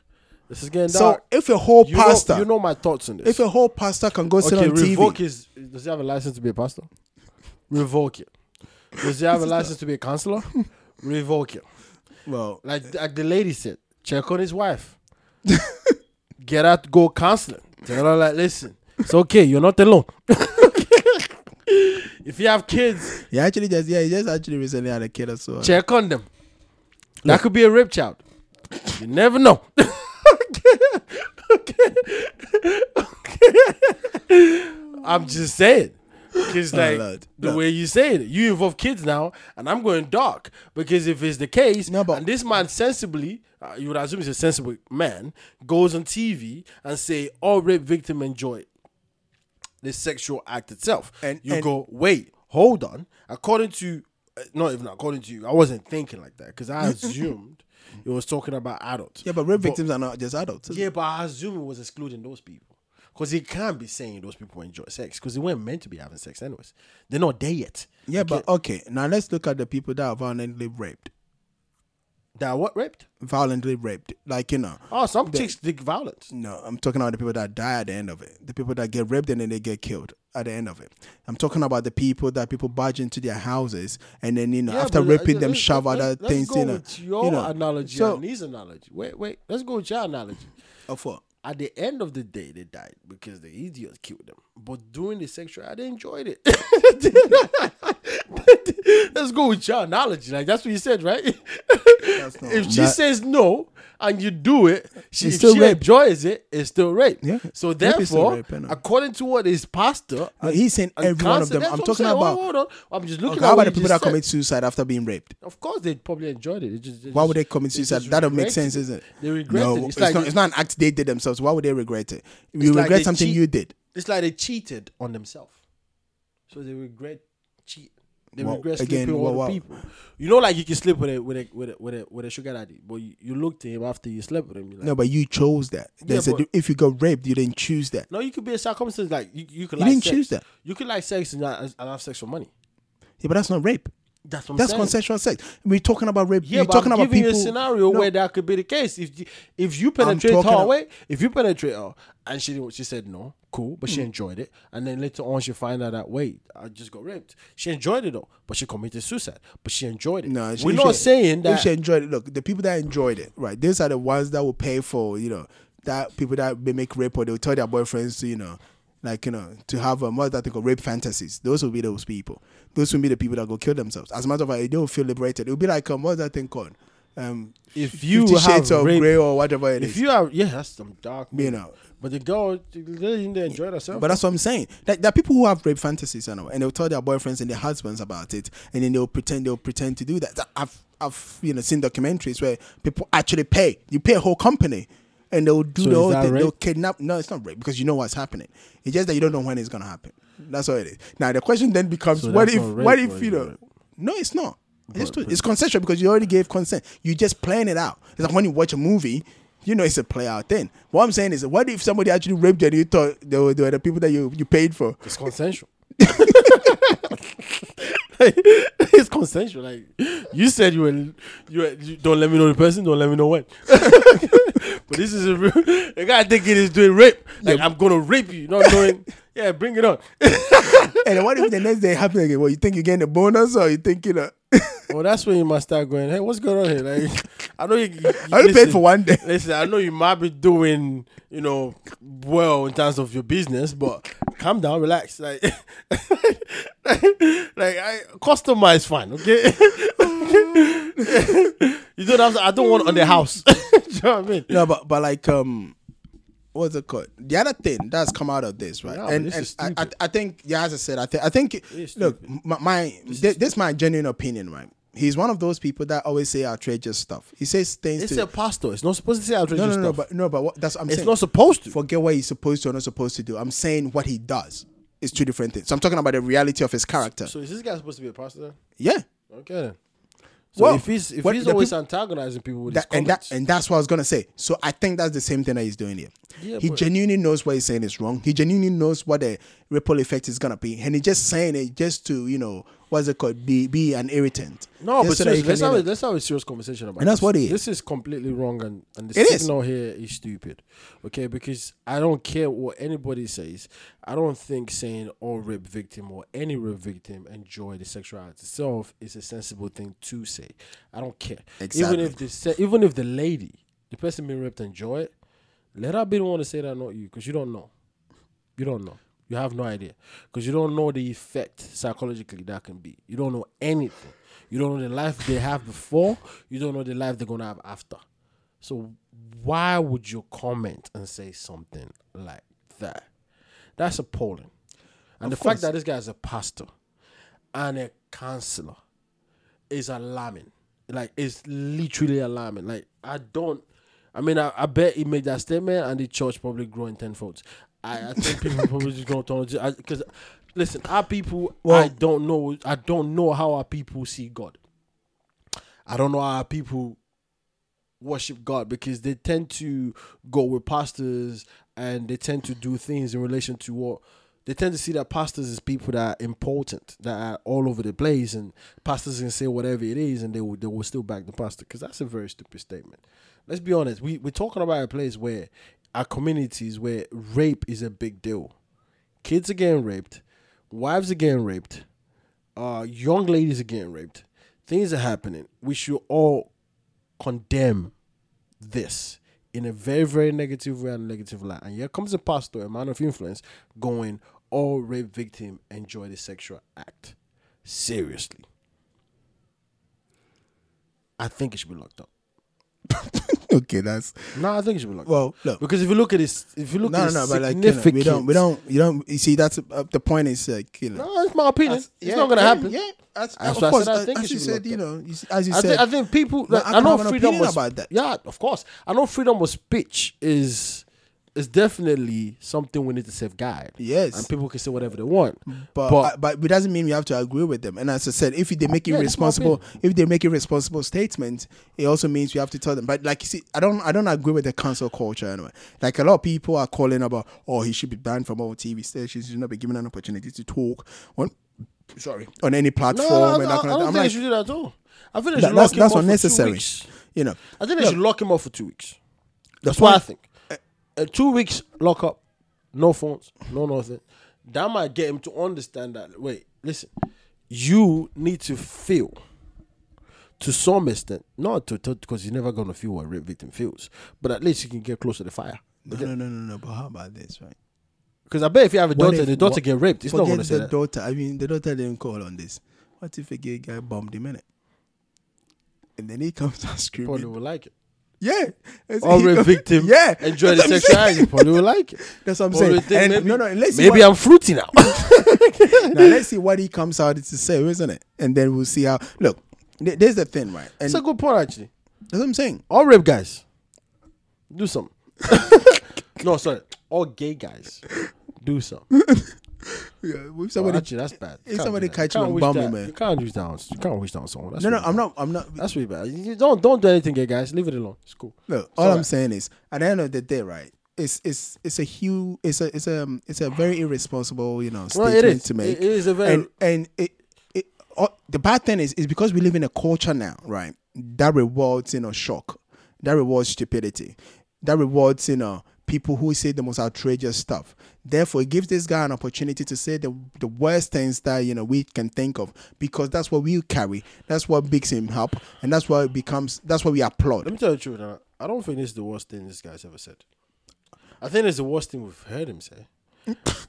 A: This is getting
B: so
A: dark.
B: if a whole
A: you
B: pastor
A: know, you know my thoughts on this.
B: if a whole pastor can go sit
A: okay,
B: on
A: revoke
B: tv
A: his. Does he have a license to be a pastor? Revoke it. Does he have a license to be a counselor? Revoke it.
B: well
A: Like like the lady said, check on his wife. Get out, go counseling. Tell her like, listen, it's okay. You're not alone. if you have kids,
B: he actually just yeah he just actually recently had a kid as well
A: check on them. That could be a rape child. You never know. I'm just saying. Because like
B: Lord.
A: the
B: No.
A: way you say it, you involve kids now, and I'm going dark. Because if it's the case,
B: No, but-
A: and this man sensibly, uh, you would assume he's a sensible man, goes on TV and say all rape victim enjoy the sexual act itself,
B: And-
A: you
B: and-
A: go wait, hold on. According to, uh, not even according to you, I wasn't thinking like that because I assumed it was talking about adults.
B: yeah but rape victims are not just adults is it?
A: Yeah, but I assume it was excluding those people. Because he can't be saying those people enjoy sex because they weren't meant to be having sex anyways. They're not there yet.
B: Yeah, but okay. Now let's look at the people that are violently raped.
A: That what raped?
B: Violently raped, like you know.
A: Oh, some chicks dig violence.
B: No, I'm talking about the people that die at the end of it. The people that get raped and then they get killed at the end of it. I'm talking about the people that people barge into their houses and then you know
A: Yeah,
B: after
A: but, uh,
B: raping them
A: let's-
B: shove
A: let's-
B: other
A: let's
B: things.
A: go
B: you know,
A: with your
B: you know.
A: analogy
B: So, oh,
A: and his analogy. Wait, wait. Let's go with your analogy.
B: of what?
A: At the end of the day, they died because the idiots killed them. But during the sexual, I enjoyed it. Let's go with your analogy. Like that's what you said, right?
B: not-
A: if she
B: That-
A: says no and you do it, she,
B: It's
A: if
B: still
A: she
B: rape.
A: enjoys it, it's still rape.
B: Yeah.
A: So
B: Rape is still
A: therefore,
B: rape, I know.
A: according to what is pastor,
B: No, he's saying every one of them.
A: that's
B: I'm
A: what
B: talking
A: saying.
B: about-
A: Hold on, hold on. I'm just looking
B: Okay,
A: at
B: how
A: what
B: about the
A: you
B: people that
A: just said.
B: commit suicide after being raped?
A: Of course, they probably enjoyed it. It just-
B: Why would they
A: just-
B: commit
A: just
B: suicide? That don't make
A: regretted
B: sense, is it?
A: They regret
B: no,
A: it.
B: it's, not, it's not an act they did themselves. Why would they regret it? You
A: It's like
B: regret
A: they
B: something
A: cheat-
B: you did.
A: It's like they cheated on themselves, so they regret cheating. They
B: Well,
A: regret
B: again,
A: sleeping
B: well,
A: with
B: well.
A: the people. You know, like you can sleep with a with a with a, with a, with a sugar daddy, but you, you look to him after you slept with him. You're like,
B: No,
A: no,
B: but you chose that. There's a
A: but-
B: di- if you got raped, you didn't choose that.
A: you could be a circumstance like you you could.
B: You
A: like
B: didn't
A: sex.
B: choose that.
A: You could like sex and, not- and have sex for money.
B: Yeah, but that's not rape.
A: That's what I'm
B: That's
A: saying.
B: consensual sex. We're talking about rape.
A: Yeah,
B: You're
A: but
B: talking
A: I'm
B: about
A: giving
B: people.
A: you a scenario
B: No,
A: where that could be the case. If you, if you penetrate
B: talking
A: her,
B: ab-
A: wait, if you penetrate her, and she didn't- she said no, cool, but
B: Hmm.
A: she enjoyed it, and then later on she find out that wait, I just got raped. She enjoyed it though, but she committed suicide. But she enjoyed it.
B: No, if
A: we're
B: she-
A: not saying
B: If
A: that.
B: she enjoyed it, look, the people that enjoyed it, right? These are the ones that will pay for, you know, that people that they make rape or they'll tell their boyfriends to, you know, like you know, to have um, what's that thing called rape fantasies. Those will be those people. Those will be the people that go kill themselves. As a matter of fact, they will feel liberated. It will be like um, what's that thing called? Um,
A: if you
B: 50
A: have
B: shades of
A: rape-
B: grey or whatever it is.
A: if you are, yeah, that's some dark.
B: You
A: movie.
B: know.
A: but the girl she really didn't enjoy herself.
B: But that's what I'm saying. Like, there are people who have rape fantasies, you know, and they'll tell their boyfriends and their husbands about it, and then they'll pretend they'll pretend to do that. That- I've I've you know seen documentaries where people actually pay. You pay a whole company, and they'll do
A: So
B: the
A: is
B: whole
A: that
B: thing. They'll
A: rape?
B: kidnap. No, it's not rape because you know what's happening. It's just that you don't know when it's gonna happen. That's all it is. Now the question then becomes:
A: So
B: What
A: that's
B: if?
A: not rape
B: what
A: or
B: if
A: is
B: you
A: it
B: know?
A: rape?
B: No, it's not. It's, just- it's consensual because you already gave consent. You just playing it out. It's like when you watch a movie, you know it's a play out thing. What I'm saying is, what if somebody actually raped you and you thought they were, they were the people that you, you paid for?
A: it's consensual. it's consensual. Like you said, you were, you, were, you don't let me know the person, don't let me know when. but this is a real. The guy thinking he's doing rape. Like I'm gonna rape you, not knowing. yeah, bring it on.
B: And then what if the next day it happened again? Well, you think you're getting a bonus or you think, you know,
A: well, that's when you must start going. Hey, what's going on here? Like I know you. you
B: I only paid for one day.
A: Listen, I know you might be doing, you know, well in terms of your business, but calm down, relax. Like, like I customize fine, okay? you don't have to, I don't want on the house. Do you know what I mean?
B: No, but, but like, um, what's it called? The other thing that's come out of this, right?
A: Yeah, but
B: and
A: this
B: and
A: is
B: I, I,
A: stupid.
B: I think, yeah, as I said, I, think I think,
A: is
B: look, my, my this, this is my genuine opinion, right? He's one of those people that always say outrageous stuff. He says things
A: It's
B: to
A: a pastor. It's not supposed to say outrageous
B: No, no, no,
A: stuff.
B: but no, but what, that's what I'm
A: it's
B: saying.
A: not supposed to.
B: Forget what he's supposed to or not supposed to do. I'm saying what he does is two different things. So I'm talking about the reality of his character.
A: so is this guy supposed to be a pastor?
B: yeah,
A: Okay. Then. So
B: Well,
A: if he's if
B: what
A: he's
B: the
A: always
B: peop-
A: antagonizing people with
B: that,
A: his
B: and that
A: comments,
B: and that's what I was gonna say. So I think that's the same thing that he's doing here.
A: Yeah,
B: he
A: but-
B: genuinely knows what he's saying is wrong. He genuinely knows what the ripple effect is gonna be, and he's just saying it just to you know what's it called be be an irritant.
A: No,
B: Just
A: but
B: so that he
A: seriously, let's
B: can,
A: have, a,
B: you know-
A: let's have a serious conversation about
B: And that's
A: this.
B: what it is.
A: This is completely wrong, and, and the
B: It is.
A: signal here is stupid. Okay, because I don't care what anybody says. I don't think saying all rape victim or any rape victim enjoy the sexual act itself is a sensible thing to say. I don't care.
B: Exactly.
A: Even if the se- even if the lady, the person being raped, enjoy it, let her be the one to say that, not you, because you don't know. You don't know. You have no idea because you don't know the effect psychologically that can be. You don't know anything. You don't know the life they have before. You don't know the life they're gonna have after. So why would you comment and say something like that? That's appalling. And the fact that this guy is a pastor and a counselor is alarming. Like it's literally alarming. Like I don't. I mean, I, I bet he made that statement, and the church probably growing tenfold. I, I think people probably just going to because listen, our people. I don't know. I don't know how our people see God. I don't know how our people worship God because they tend to go with pastors and they tend to do things in relation to what they tend to see that pastors is people that are important that are all over the place and pastors can say whatever it is and they will they will still back the pastor because that's a very stupid statement. Let's be honest. We we're talking about a place where our communities where rape is a big deal. Kids are getting raped, wives are getting raped, uh, young ladies are getting raped. Things are happening. We should all condemn this in a very, very negative way and negative light. And here comes a pastor, a man of influence, going, all rape victim enjoy the sexual act. Seriously. I think it should be locked up.
B: okay, that's
A: No, I think it should be locked
B: Well,
A: up.
B: look.
A: Because if you look at this, if you look
B: no,
A: at
B: no, no.
A: the
B: But like, you know, we don't, we
A: significance-
B: don't, you don't. You see, that's uh, the point. Is like, you know,
A: No, it's my opinion.
B: That's-
A: it's
B: yeah,
A: not gonna
B: yeah,
A: happen.
B: Yeah, as,
A: That's
B: of
A: why I
B: course.
A: said I
B: as-
A: think it
B: as you
A: should be
B: said,
A: looked
B: you
A: at.
B: know, you, s- as you
A: I,
B: said,
A: think, I think people.
B: No,
A: like,
B: I
A: I,
B: can
A: know
B: have an
A: freedom
B: opinion
A: was
B: about that.
A: Yeah, of course. I know freedom of speech is it's definitely something we need to safeguard.
B: Yes.
A: and people can say whatever they want,
B: But,
A: but
B: uh, but it doesn't mean you have to agree with them. And as I said, if they make
A: Yeah, that's my
B: irresponsible, if they make irresponsible statements, it also means you have to tell them. But like you see, I don't, I don't agree with the cancel culture anyway. Like a lot of people are calling about, oh, he should be banned from all TV stations. He should not be given an opportunity to talk on, sorry, on any
A: no,
B: platform.
A: no, no,
B: and
A: I, I
B: that
A: don't
B: kind of thing.
A: think
B: I'm
A: they
B: like,
A: should do that at all. I think they
B: that-
A: should lock
B: that's
A: him
B: that's
A: up for two
B: unnecessary.
A: weeks.
B: You know,
A: I think they
B: Look,
A: should lock him up for two weeks. That's
B: point-
A: what I think. A two weeks lock up, no phones, no nothing. That might get him to understand that. Wait, listen, you need to feel to some extent, not to because you're never gonna feel what rape victim feels, but at least you can get close to the fire.
B: No, no, no, no, no. But how about this, right?
A: Because I bet if you have a
B: What
A: daughter,
B: if-
A: and the daughter
B: what-
A: get raped. It's not
B: forget
A: gonna say
B: the
A: that.
B: daughter. I mean, the daughter didn't call on this. What if a gay guy bombed him in it? And then he comes out
A: Probably
B: screaming.
A: will like it.
B: Yeah, It's-
A: Or
B: he
A: rape
B: come-
A: victim.
B: Yeah,
A: enjoy the
B: That's what I'm
A: sexuality.
B: saying.
A: Probably will like it.
B: That's what I'm
A: Probably
B: saying.
A: think
B: And
A: maybe,
B: no, no. Let's
A: maybe
B: see what,
A: I'm fruity now.
B: now let's see what he comes out to say, isn't it? And then we'll see how. Look, th- there's the thing, right? And
A: It's a good point actually.
B: that's what I'm saying.
A: All rape guys, do something. no, sorry. All gay guys, do something.
B: Yeah, if
A: Well,
B: somebody,
A: actually, that's bad.
B: if somebody catch you
A: you
B: and
A: wish
B: bum you,
A: that-
B: man.
A: You can't reach down. You can't reach down someone. That's
B: no, no,
A: really
B: I'm
A: bad.
B: not. I'm not.
A: That's really bad. You don't don't do anything, gay guys. Leave it alone. It's cool.
B: Look,
A: It's
B: all I'm
A: alright.
B: saying is, at the end of the day, right? It's it's it's a huge it's a it's a um, it's a very irresponsible you know
A: Well,
B: statement
A: it is.
B: to make.
A: It is a very-
B: and and it, it all, the bad thing is is because we live in a culture now, right? That rewards you know shock, that rewards stupidity, that rewards you know people who say the most outrageous stuff. Therefore, it gives this guy an opportunity to say the the worst things that you know we can think of because that's what we carry, that's what bigs him up, and that's what it becomes that's what we applaud.
A: Let me tell you the truth. Now. I don't think this is the worst thing this guy's ever said. I think it's the worst thing we've heard him say.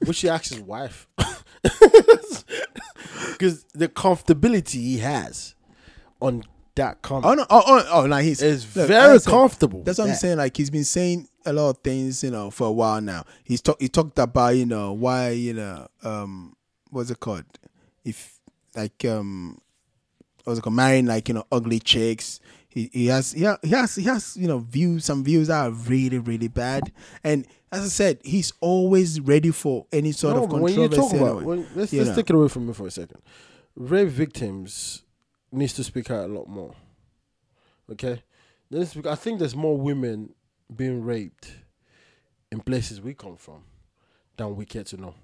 A: Which he asked his wife. Because the comfortability he has on that comment.
B: Oh no! Oh, oh, oh like he's
A: It's very
B: that's it.
A: comfortable,
B: That's what I'm
A: that.
B: saying. Like he's been saying a lot of things, you know, for a while now. He's talk he talked about you know why you know um what's it called if like um what's it called marrying like you know ugly chicks. He he has yeah he has he has you know views some views that are really really bad. And as I said, he's always ready for any sort
A: No,
B: of
A: but when
B: controversy.
A: you talk about,
B: anyway,
A: when, let's,
B: you
A: let's
B: know.
A: take it away from me for a second. Rape victims needs to speak out a lot more. Okay, This- I think there's more women being raped in places we come from than we care to know.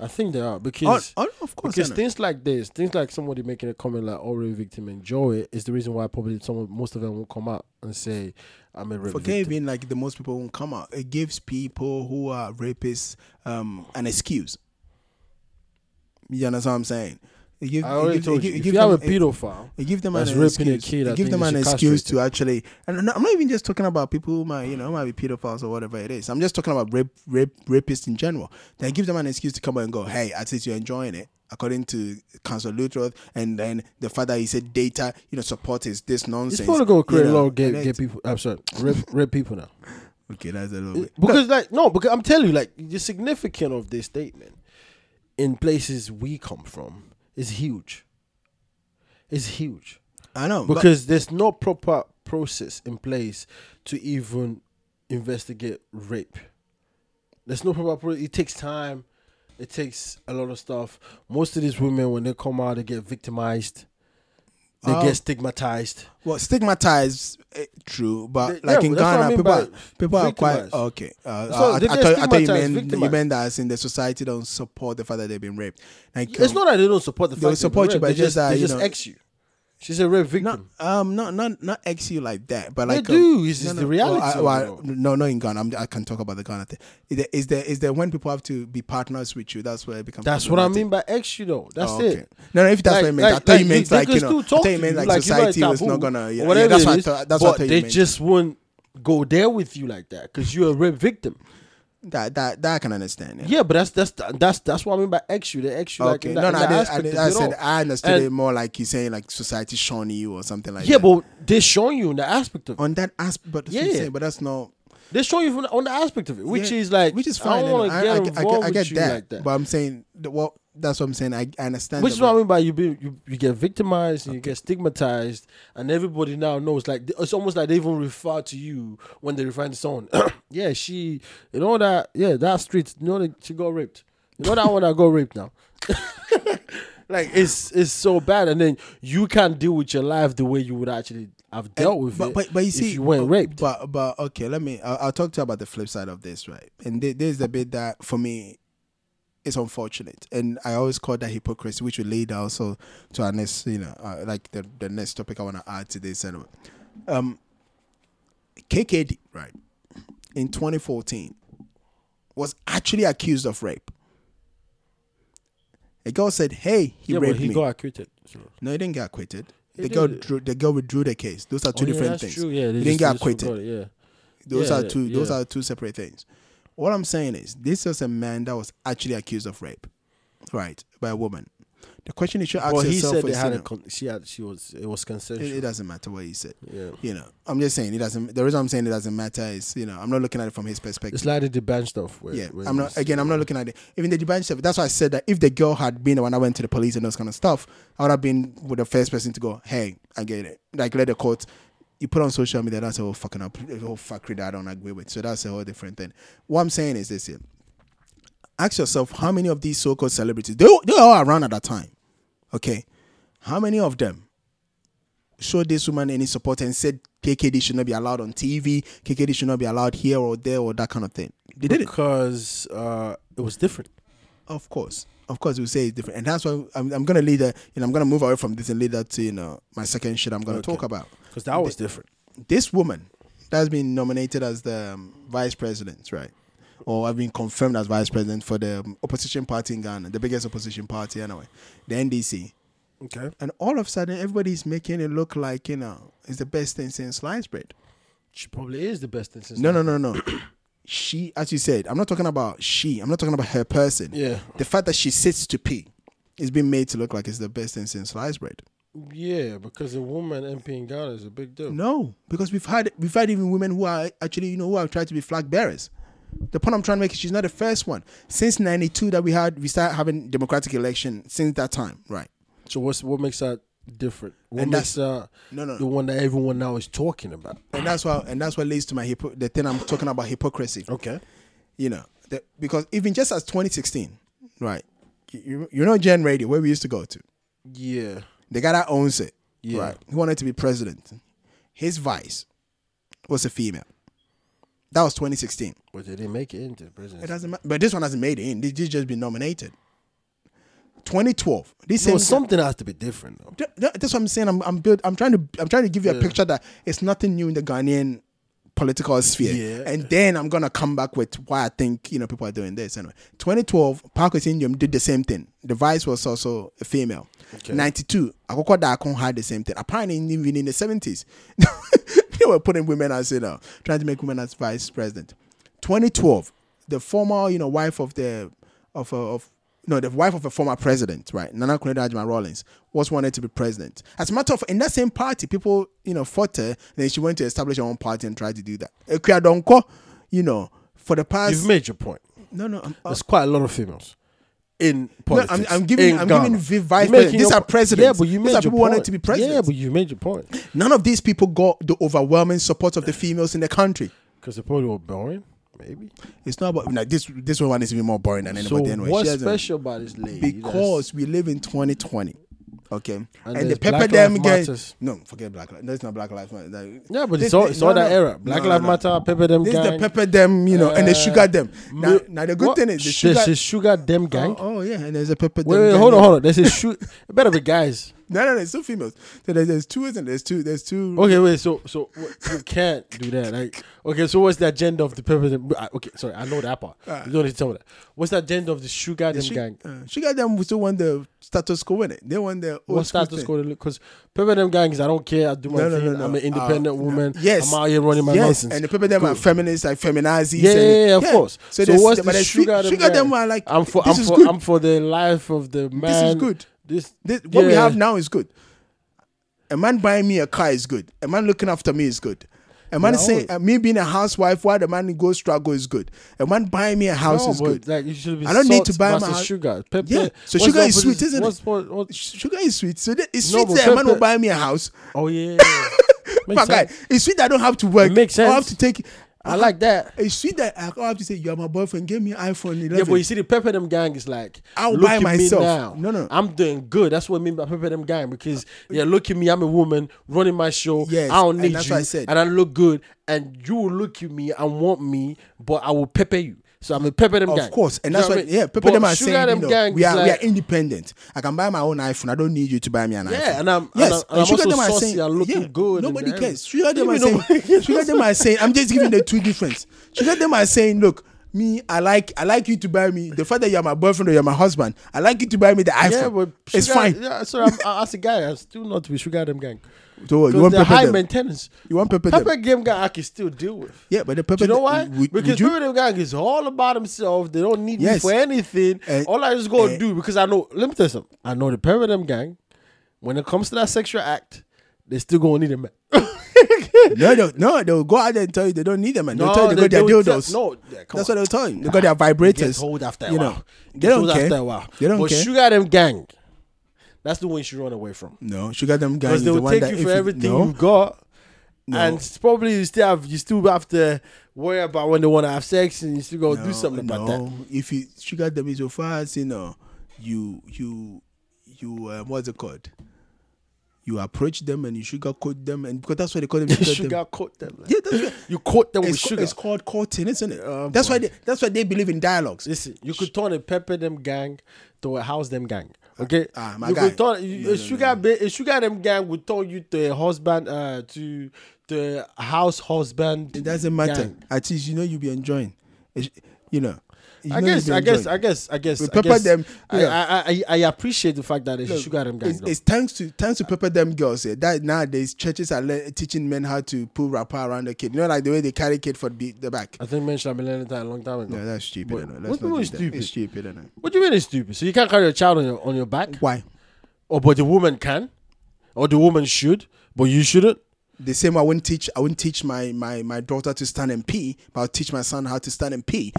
A: I think there are
B: Oh,
A: because
B: oh, of course,
A: because
B: I know.
A: things like this, things like somebody making a comment like "all rape victim enjoy it," is the reason why probably some of, most of them will come out and say, "I'm a rape
B: For
A: victim."
B: gay being like the most people won't come out. It gives people who are rapists um, an excuse. You understand what I'm saying? It gives,
A: I already told you. If you have a pedophile,
B: it gives them
A: that's
B: an
A: raping a
B: excuse.
A: kid, I
B: it gives
A: think
B: them
A: they
B: an
A: should
B: excuse
A: castrate
B: to actually. And no, I'm not even just talking about people who might, you know, might be pedophiles or whatever it is. I'm just talking about rape, rape, rapists in general. Then give them an excuse to come out and go, "Hey, at least you're enjoying it." According to Council Lutroth, and then the fact that he said data, you know, support is this nonsense.
A: it's probably gonna
B: you
A: create a
B: know,
A: lot of gay,
B: and
A: gay
B: it's-
A: people. I'm sorry, rape, rape people now.
B: Okay, that's a little bit.
A: because like no because i'm telling you like the significance of this statement in places we come from is huge it's huge
B: I know but-
A: because there's no proper process in place to even investigate rape there's no proper pro- it takes time it takes a lot of stuff most of these women when they come out they get victimized they
B: Oh.
A: get stigmatized
B: well, stigmatized, eh, true, but
A: They-
B: like
A: yeah,
B: in
A: that's what I
B: Ghana,
A: mean
B: people, are,
A: by
B: people are quite
A: victimized.
B: okay. Uh,
A: So
B: I, I,
A: they get
B: thought, I thought you
A: stigmatized,
B: meant you
A: victimized.
B: meant that as in the society don't support the fact that they've been raped. Like
A: it's
B: um,
A: not that they don't support the
B: They
A: fact that
B: support
A: they're raped,
B: you, but
A: they
B: just that,
A: they
B: you
A: just
B: know-
A: ex you she's a rape victim
B: not um not not not ex you like that, but
A: They
B: like um,
A: do, it's just the
B: well,
A: reality
B: I-
A: of
B: well, I-
A: it all.
B: no, not in Ghana. I'm, I can talk about the Ghana thing. Is there, is there is there when people have to be partners with you? That's where it becomes.
A: That's what I
B: problematic.
A: mean by ex, you know. That's
B: Oh, okay.
A: it.
B: No, no, if that's what it meant, I thought you meant
A: they
B: like,
A: can
B: you know,
A: still
B: I
A: talk
B: thought you
A: to
B: meant like
A: you know,
B: society was
A: taboo,
B: not gonna- yeah, yeah,
A: whatever
B: that's
A: it
B: what I
A: is,
B: thought- that's
A: but
B: what I thought you
A: they
B: meant.
A: just won't go there with you like that because you're a rape victim.
B: that that that I can understand. Yeah.
A: Yeah, but that's that's that's that's what I mean by ex you. They ex you like
B: okay.
A: in that,
B: no,
A: in
B: no,
A: that
B: I, did, I,
A: aspect
B: did,
A: of
B: I
A: it
B: said
A: all.
B: I understood
A: And-
B: it more like you're saying like society showing you or something like
A: Yeah,
B: that.
A: but they're showing you in the aspect of it.
B: on that aspect, but that's what
A: Yeah.
B: I'm saying, but that's not.
A: They're showing you from the, on the aspect of it, which
B: yeah,
A: is like
B: which is fine.
A: I
B: you
A: don't
B: know,
A: want to
B: I,
A: get
B: I, I,
A: involved
B: I get
A: with you
B: that,
A: like that.
B: but I'm saying the, what That's what I'm saying. I, I understand.
A: Which
B: the
A: is what I
B: vibe.
A: mean by you being you, you get victimized, and you get stigmatized, and everybody now knows. Like it's almost like they even refer to you when they refer to someone. yeah, she, you know that. Yeah, that street. You know that she got raped. You know that one that got raped now. like it's it's so bad, and then you can't deal with your life the way you would actually have dealt with
B: but,
A: it.
B: But, but you
A: if
B: see,
A: you weren't
B: but-
A: raped.
B: But but okay, let me. I'll, I'll talk to you about the flip side of this, right? And thi- this is the bit that for me is unfortunate, and I always call that hypocrisy, which we lead also to our next, you know, uh, like the the next topic I want to add to this. Anyway, um, KKD, right, in 2014, was actually accused of rape. A girl said, "Hey, he
A: yeah,
B: raped
A: but he
B: me."
A: got acquitted. So.
B: No, he didn't get acquitted.
A: He
B: The girl,
A: did.
B: drew, the girl withdrew the case. Those are two
A: Oh, yeah,
B: different
A: that's
B: things.
A: True. Yeah,
B: he
A: they just-
B: didn't get
A: they just forgot
B: acquitted.
A: it, Yeah.
B: Those
A: Yeah,
B: are two. Those
A: yeah.
B: are two separate things. What I'm saying is, this was a man that was actually accused of rape, right, by a woman. The question you should ask
A: Well, he
B: yourself
A: said they
B: is,
A: had
B: you
A: a
B: know,
A: con- she had she was it was consensual.
B: it, it doesn't matter what he said.
A: Yeah.
B: You know, I'm just saying it doesn't. The reason I'm saying it doesn't matter is, you know, I'm not looking at it from his perspective.
A: It's like the debate stuff. Where,
B: Yeah,
A: where
B: I'm not.
A: it's-
B: Again, I'm not looking at it. Even the divine stuff. That's why I said that if the girl had been the one that went to the police and those kind of stuff, I would have been with the first person to go, "Hey, I get it." Like let the court. You put on social media. That's a whole fucking up, a whole fuckery that I don't agree with. So that's a whole different thing. What I'm saying is this: here. Ask yourself how many of these so-called celebrities they they were all around at that time. Okay, how many of them showed this woman any support and said KKD should not be allowed on TV, KKD should not be allowed here or there or that kind of thing? They did it.
A: because uh, it was different.
B: Of course. Of course, we say it's different. And that's why I'm, I'm going to lead that, and I'm going to move away from this and lead that to, you know, my second shit I'm going to talk about.
A: Because that was different.
B: This woman that's been nominated as the um, vice president, right? Or I've been confirmed as vice president for the um, opposition party in Ghana, the biggest opposition party anyway, the NDC.
A: Okay.
B: And all of a sudden, everybody's making it look like, you know, it's the best thing since sliced bread.
A: She probably is the best thing since.
B: No, no, no, no. she, as you said, I'm not talking about she. I'm not talking about her person.
A: Yeah.
B: The fact that she sits to pee is being made to look like it's the best thing since sliced bread.
A: Yeah, because a woman MP in Ghana is a big deal.
B: No, because we've had we've had even women who are actually you know who have tried to be flag bearers. The point I'm trying to make is she's not the first one. Since '92 that we had we started having democratic election. Since that time, right?
A: So what's what makes that different? What
B: And
A: makes
B: that's-
A: that
B: No, no, no.
A: the one that everyone now is talking about?
B: And that's why and that's what leads to my hypo- the thing I'm talking about hypocrisy.
A: Okay.
B: you know, the, because even just as 2016, right? You- You, you know, Gen Radio, where we used to go to,
A: Yeah.
B: the guy that owns it,
A: Yeah.
B: right? He wanted to be president. His vice was a female. That was 2016.
A: But they didn't make it into the
B: It
A: presidency.
B: doesn't matter, but this one hasn't made it in. This this just been nominated. 2012. This
A: No,
B: same
A: something has to be different though.
B: Th- th- That's what I'm saying. I'm I'm, build, I'm trying to I'm trying to give you a picture that it's nothing new in the Ghanaian political sphere.
A: Yeah.
B: And then I'm gonna come back with why I think you know people are doing this. Anyway, 2012, Parker Syndrome did the same thing. The vice was also a female. 92, Akoko Dakon had the same thing. Apparently, even in the 70s, they were putting women as you know trying to make women as vice president. 2012, the former you know wife of the of uh, of no, the wife of a former president, right? Nana Akuredo Adjumah Rawlings was wanted to be president. As a matter of in that same party, people, you know, fought her. Then she went to establish her own party and tried to do that. Ekuya Donko, you know, for the past
A: You've made your point.
B: no, um, no, I'm, I'm,
A: There's quite a lot of females in politics.
B: Uh, I'm- I'm giving-
A: in
B: I'm
A: Ghana.
B: giving vi- vice
A: You're making
B: president- these
A: your
B: are
A: po-
B: presidents.
A: Yeah, but you
B: These
A: made
B: are
A: your
B: people wanted
A: point.
B: to be
A: Yeah,
B: presidents.
A: but you made your point.
B: none of these people got the overwhelming support of the females in the country.
A: Because they probably were boring, maybe.
B: It's not about now. This this one is even more boring than
A: So
B: anybody. anyway.
A: what's
B: She hasn't-
A: special about this lady? That's-
B: because we live in 2020. Okay, and,
A: there's
B: the pepper
A: Black
B: them
A: Lives
B: again.
A: Matters.
B: No, forget black. Lives. No, it's not black life.
A: yeah, but it's all it's all that era. Black Lives Matter, Pepper Dem
B: This is
A: Gang.
B: the pepper them, you know, and
A: uh,
B: the sugar them. Now,
A: Mu-
B: now the good
A: what?
B: thing is the
A: Sh-
B: sugar.
A: There's a sugar Dem Gang.
B: oh, oh, yeah, and there's a pepper.
A: wait,
B: them
A: wait,
B: gang,
A: hold on,
B: yeah.
A: hold on. There's a shoot. it better be guys.
B: No, no, no, it's two females. So there's, there's two, isn't it? There's two. There's two.
A: Okay, wait. So so what- you can't do that. Like okay, so what's the agenda of the Pepper Dem? I- Okay, sorry, I know that part.
B: Ah.
A: you don't need to tell me that. What's the agenda of the sugar Dem
B: She,
A: Gang?
B: uh, sugar them. We still want the status quo in it. They want the old
A: What
B: school
A: status
B: thing.
A: quo? Because Pepper Dem Gang is I don't care. I do my
B: No, no,
A: thing.
B: no, no.
A: I'm an
B: Uh,
A: independent
B: no.
A: woman.
B: Yes,
A: I'm out here running my
B: yes.
A: nonsense.
B: And the people them are feminists, like feminazis.
A: Yeah,
B: and,
A: yeah, yeah, of course. So,
B: So, there's-
A: what's
B: but
A: the
B: there's
A: sugar?
B: su- sugar them are like
A: I'm for,
B: this
A: I'm
B: is
A: for,
B: good.
A: I'm for the life of the man.
B: good.
A: This,
B: This- what we
A: yeah.
B: have now is good. A man buying me a car is good. A man looking after me is good. A man
A: Yeah,
B: saying
A: oh.
B: uh, me being a housewife while the man goes struggle is good. A man buying me a house
A: No,
B: is
A: but,
B: good.
A: Like you should be
B: I don't need to
A: salt
B: buy my
A: versus
B: house-
A: sugar. Pepper.
B: Yeah, so
A: what's
B: sugar
A: the
B: is sweet,
A: opposite-
B: isn't it?
A: what's, What, what,
B: Sugar is sweet. So that, it's
A: No,
B: sweet
A: but
B: that a man will
A: Pepe-
B: buy me a house.
A: oh yeah.
B: My
A: Makes
B: guy,
A: sense.
B: it's sweet that I don't have to work.
A: It makes
B: I don't have to
A: sense.
B: take.
A: I like that.
B: It's sweet that I don't have to say you are my boyfriend. Give me iPhone 11.
A: Yeah, but you see, the Pepper Them Gang is like,
B: I'll
A: look
B: buy
A: at
B: myself.
A: Me now.
B: No, no.
A: I'm doing good. That's what I mean by Pepper Them Gang because yeah, look at me. I'm a woman running my show.
B: Yes,
A: I don't
B: and
A: need
B: that's
A: you,
B: what I said.
A: and I look good. And you will look at me and want me, but I will pepper you. So I'm a Pepper Them
B: of
A: Gang.
B: course, and
A: You
B: that's
A: know
B: what
A: I mean?
B: yeah. People
A: But
B: them are
A: Sugar
B: saying you know,
A: Gang
B: we
A: is
B: are we
A: like-
B: are independent. I can buy my own iPhone. I don't need you to buy me an iPhone.
A: and I'm- and I'm- and I'm also saucy and looking good and
B: Nobody
A: everything.
B: cares. Sugar them are
A: Leave me
B: saying. Sugar them are saying. I'm just giving the two difference. Sugar them are saying, look. Me, I like I like you to buy me the fact that you're my boyfriend or you're my husband. I like you to buy me the iPhone.
A: Yeah, but
B: it's
A: Sugar-
B: fine.
A: Yeah, so I'm, I- as a guy, I'm still not with Sugar Them Gang.
B: So what, you
A: Because
B: want
A: they're
B: pepper
A: high
B: them?
A: maintenance.
B: You want pepper them?
A: Pepper Game Gang I can still deal with.
B: Yeah, but the pepper.
A: Do you know
B: them-
A: why?
B: would- would
A: because
B: you-
A: women of gang is all about themselves. They don't need
B: Yes. Eh,
A: me for anything.
B: And-
A: all I just go
B: and-
A: do because I know. Let me tell you something. I know the Pyramid gang. When it comes to that sexual act, they still gonna need a man.
B: No, they'll, no, they'll go out there and tell you they don't need them, and they'll tell you they,
A: they- they
B: got their
A: would tell-
B: dildos.
A: no, yeah, come
B: that's
A: on.
B: what they'll tell you. They got their vibrators.
A: Gets old after a
B: you
A: while.
B: Know, they
A: Gets
B: don't
A: old
B: care.
A: After a while.
B: They don't
A: but
B: care.
A: sugar them gang. That's the one you should run away from.
B: no, sugar them guys.
A: Because
B: is
A: they
B: the
A: will
B: one
A: take
B: that
A: you
B: if
A: for everything
B: No,
A: you've got. And it's probably you still have you still have to worry about when they want to have sex and you still go do something about that.
B: no. If you sugar them is so fast, you know, you you you um, what's it called? You approach them and you sugarcoat them, and because that's why they call them sugar,
A: Sugar
B: them.
A: coat them. like.
B: Yeah, that's right.
A: You coat them with
B: It's, ca-
A: sugar. Oh,
B: it's called courting, isn't it? that's why they, that's why they believe in dialogues.
A: Listen, you could turn a pepper them gang to a house them gang. Okay,
B: Ah, ah, my
A: you could
B: guy.
A: turn you- a sugar ba- a sugar them gang would turn you to a husband uh to the house husband.
B: It doesn't matter.
A: gang.
B: At least you know you'll be enjoying. It's- You know. you
A: I
B: know you'll
A: guess,
B: be
A: I guess,
B: enjoying.
A: I guess, I guess, I
B: pepper
A: guess.
B: them,
A: I,
B: yeah.
A: I, I, I appreciate the fact that it's a sugar them gang.
B: It's,
A: though.
B: it's thanks to thanks to pepper them girls. Yeah, that nowadays churches are le- teaching men how to pull wrapper around the kid. You know, like the way they carry kid for the, the back.
A: I think mentioned Millennium Time a long time ago.
B: No, that's stupid.
A: What-
B: I know. Let's
A: what do
B: not
A: you
B: do
A: mean
B: that.
A: stupid?
B: It's stupid. I know.
A: What do you mean it's stupid? So you can't carry a child on your on your back,
B: Why?
A: or but the woman can, or the woman should, but you shouldn't.
B: The same. way I wouldn't teach. I wouldn't teach my my my daughter to stand and pee, but I'll teach my son how to stand and pee.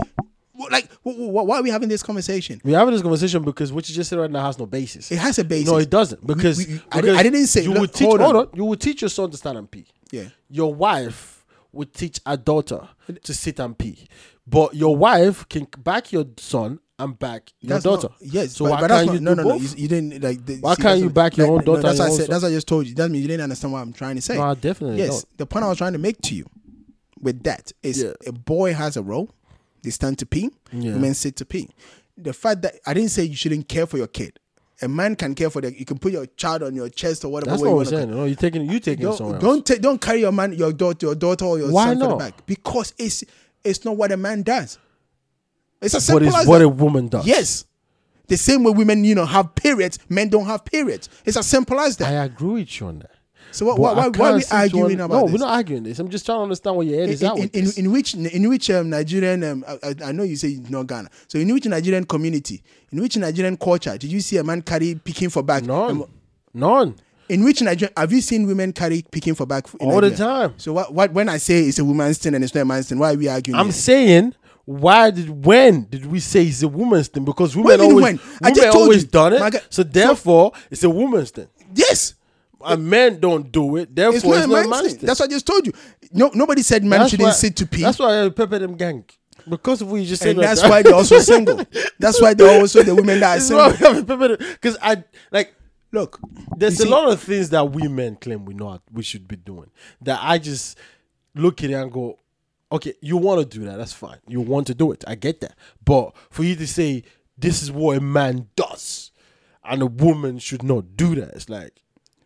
B: Wh- Like, wh- wh- why are we having this conversation?
A: We're having this conversation because what you just said right now has no basis.
B: It has a basis.
A: No, it doesn't. Because,
B: We- we- I,
A: because
B: di- I didn't say.
A: you
B: look,
A: will teach.
B: hold on.
A: you will teach your son to stand and pee.
B: Yeah.
A: Your wife would teach a daughter to sit and pee, but your wife can back your son and back your
B: That's
A: daughter.
B: Not, yes.
A: So
B: but,
A: why
B: but that's
A: can't you
B: not,
A: do
B: no, no, no.
A: both?
B: You, you didn't like. The,
A: Why can't
B: that's
A: you
B: what-
A: back your own daughter
B: No,
A: and
B: that's what I
A: your
B: said.
A: own
B: That's what I just told you. That means you didn't understand what I'm trying to say.
A: No, I definitely
B: Yes.
A: don't.
B: The point I was trying to make to you with that is
A: Yeah.
B: a boy has a role. They stand to pee.
A: Yeah.
B: Women sit to pee. The fact that I didn't say you shouldn't care for your kid. A man can care for the. You can put your child on your chest or whatever.
A: That's
B: way
A: what we're
B: you wanna-
A: saying. No, you taking you taking it somewhere. else.
B: Don't don't, take, don't carry your man, your daughter, your daughter or your
A: Why
B: son for the
A: not?
B: back because it's it's not what a man does. It's as
A: But
B: simple
A: it's
B: as
A: what
B: that.
A: a woman does.
B: Yes. The same way women, you know, have periods, men don't have periods. It's as simple as
A: I
B: that.
A: agree with you on that.
B: So what,
A: But
B: why,
A: I
B: why, why are
A: can't
B: we
A: seem to
B: arguing
A: un-
B: about
A: No,
B: this?
A: we're not arguing this. I'm just trying to understand what your head is
B: in,
A: at
B: in,
A: with
B: in,
A: this.
B: in which in which um, Nigerian um, I, I- I know you say it's not Ghana. So in which Nigerian community, in which Nigerian culture did you see a man carry picking for back?
A: None.
B: Um,
A: None.
B: In which Nigerian have you seen women carry picking for back in
A: All the
B: Nigeria?
A: time.
B: So what, what when I say it's a woman's thing and it's not a man's thing, why are we arguing?
A: I'm
B: here?
A: saying, why did when did we say it's a woman's thing? Because
B: What
A: women
B: do you mean
A: always
B: when? I
A: women
B: just told
A: always
B: you.
A: done it.
B: My guy-
A: so therefore, it's a woman's thing.
B: yes.
A: And men don't do it. Therefore,
B: It's not a man's,
A: man's
B: thing. That's what I just told you. No, nobody said man
A: That's
B: shouldn't
A: why-
B: sit to pee.
A: That's why I pepper them gang. Because of what you just said.
B: and
A: right
B: that's
A: now.
B: why they're also single. That's why they're also the women that are
A: It's why
B: single.
A: we have pepper them. Because I like.
B: Look,
A: There's
B: you
A: a
B: see-
A: lot of things that we men claim we know we should be doing that I just look at it and go, okay, you want to do that, that's fine. You want to do it, I get that. But for you to say this is what a man does and a woman should not do that, it's like,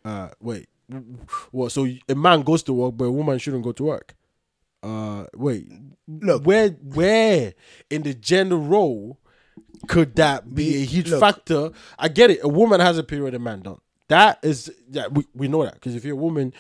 A: uh, wait, w- what? So a man goes to work, but a woman shouldn't go to work. Uh, wait,
B: Look.
A: where where in the gender role could that be a huge
B: Look.
A: factor? I get it. A woman has a period, a man don't. That is, yeah, we, we know that because if you're a woman,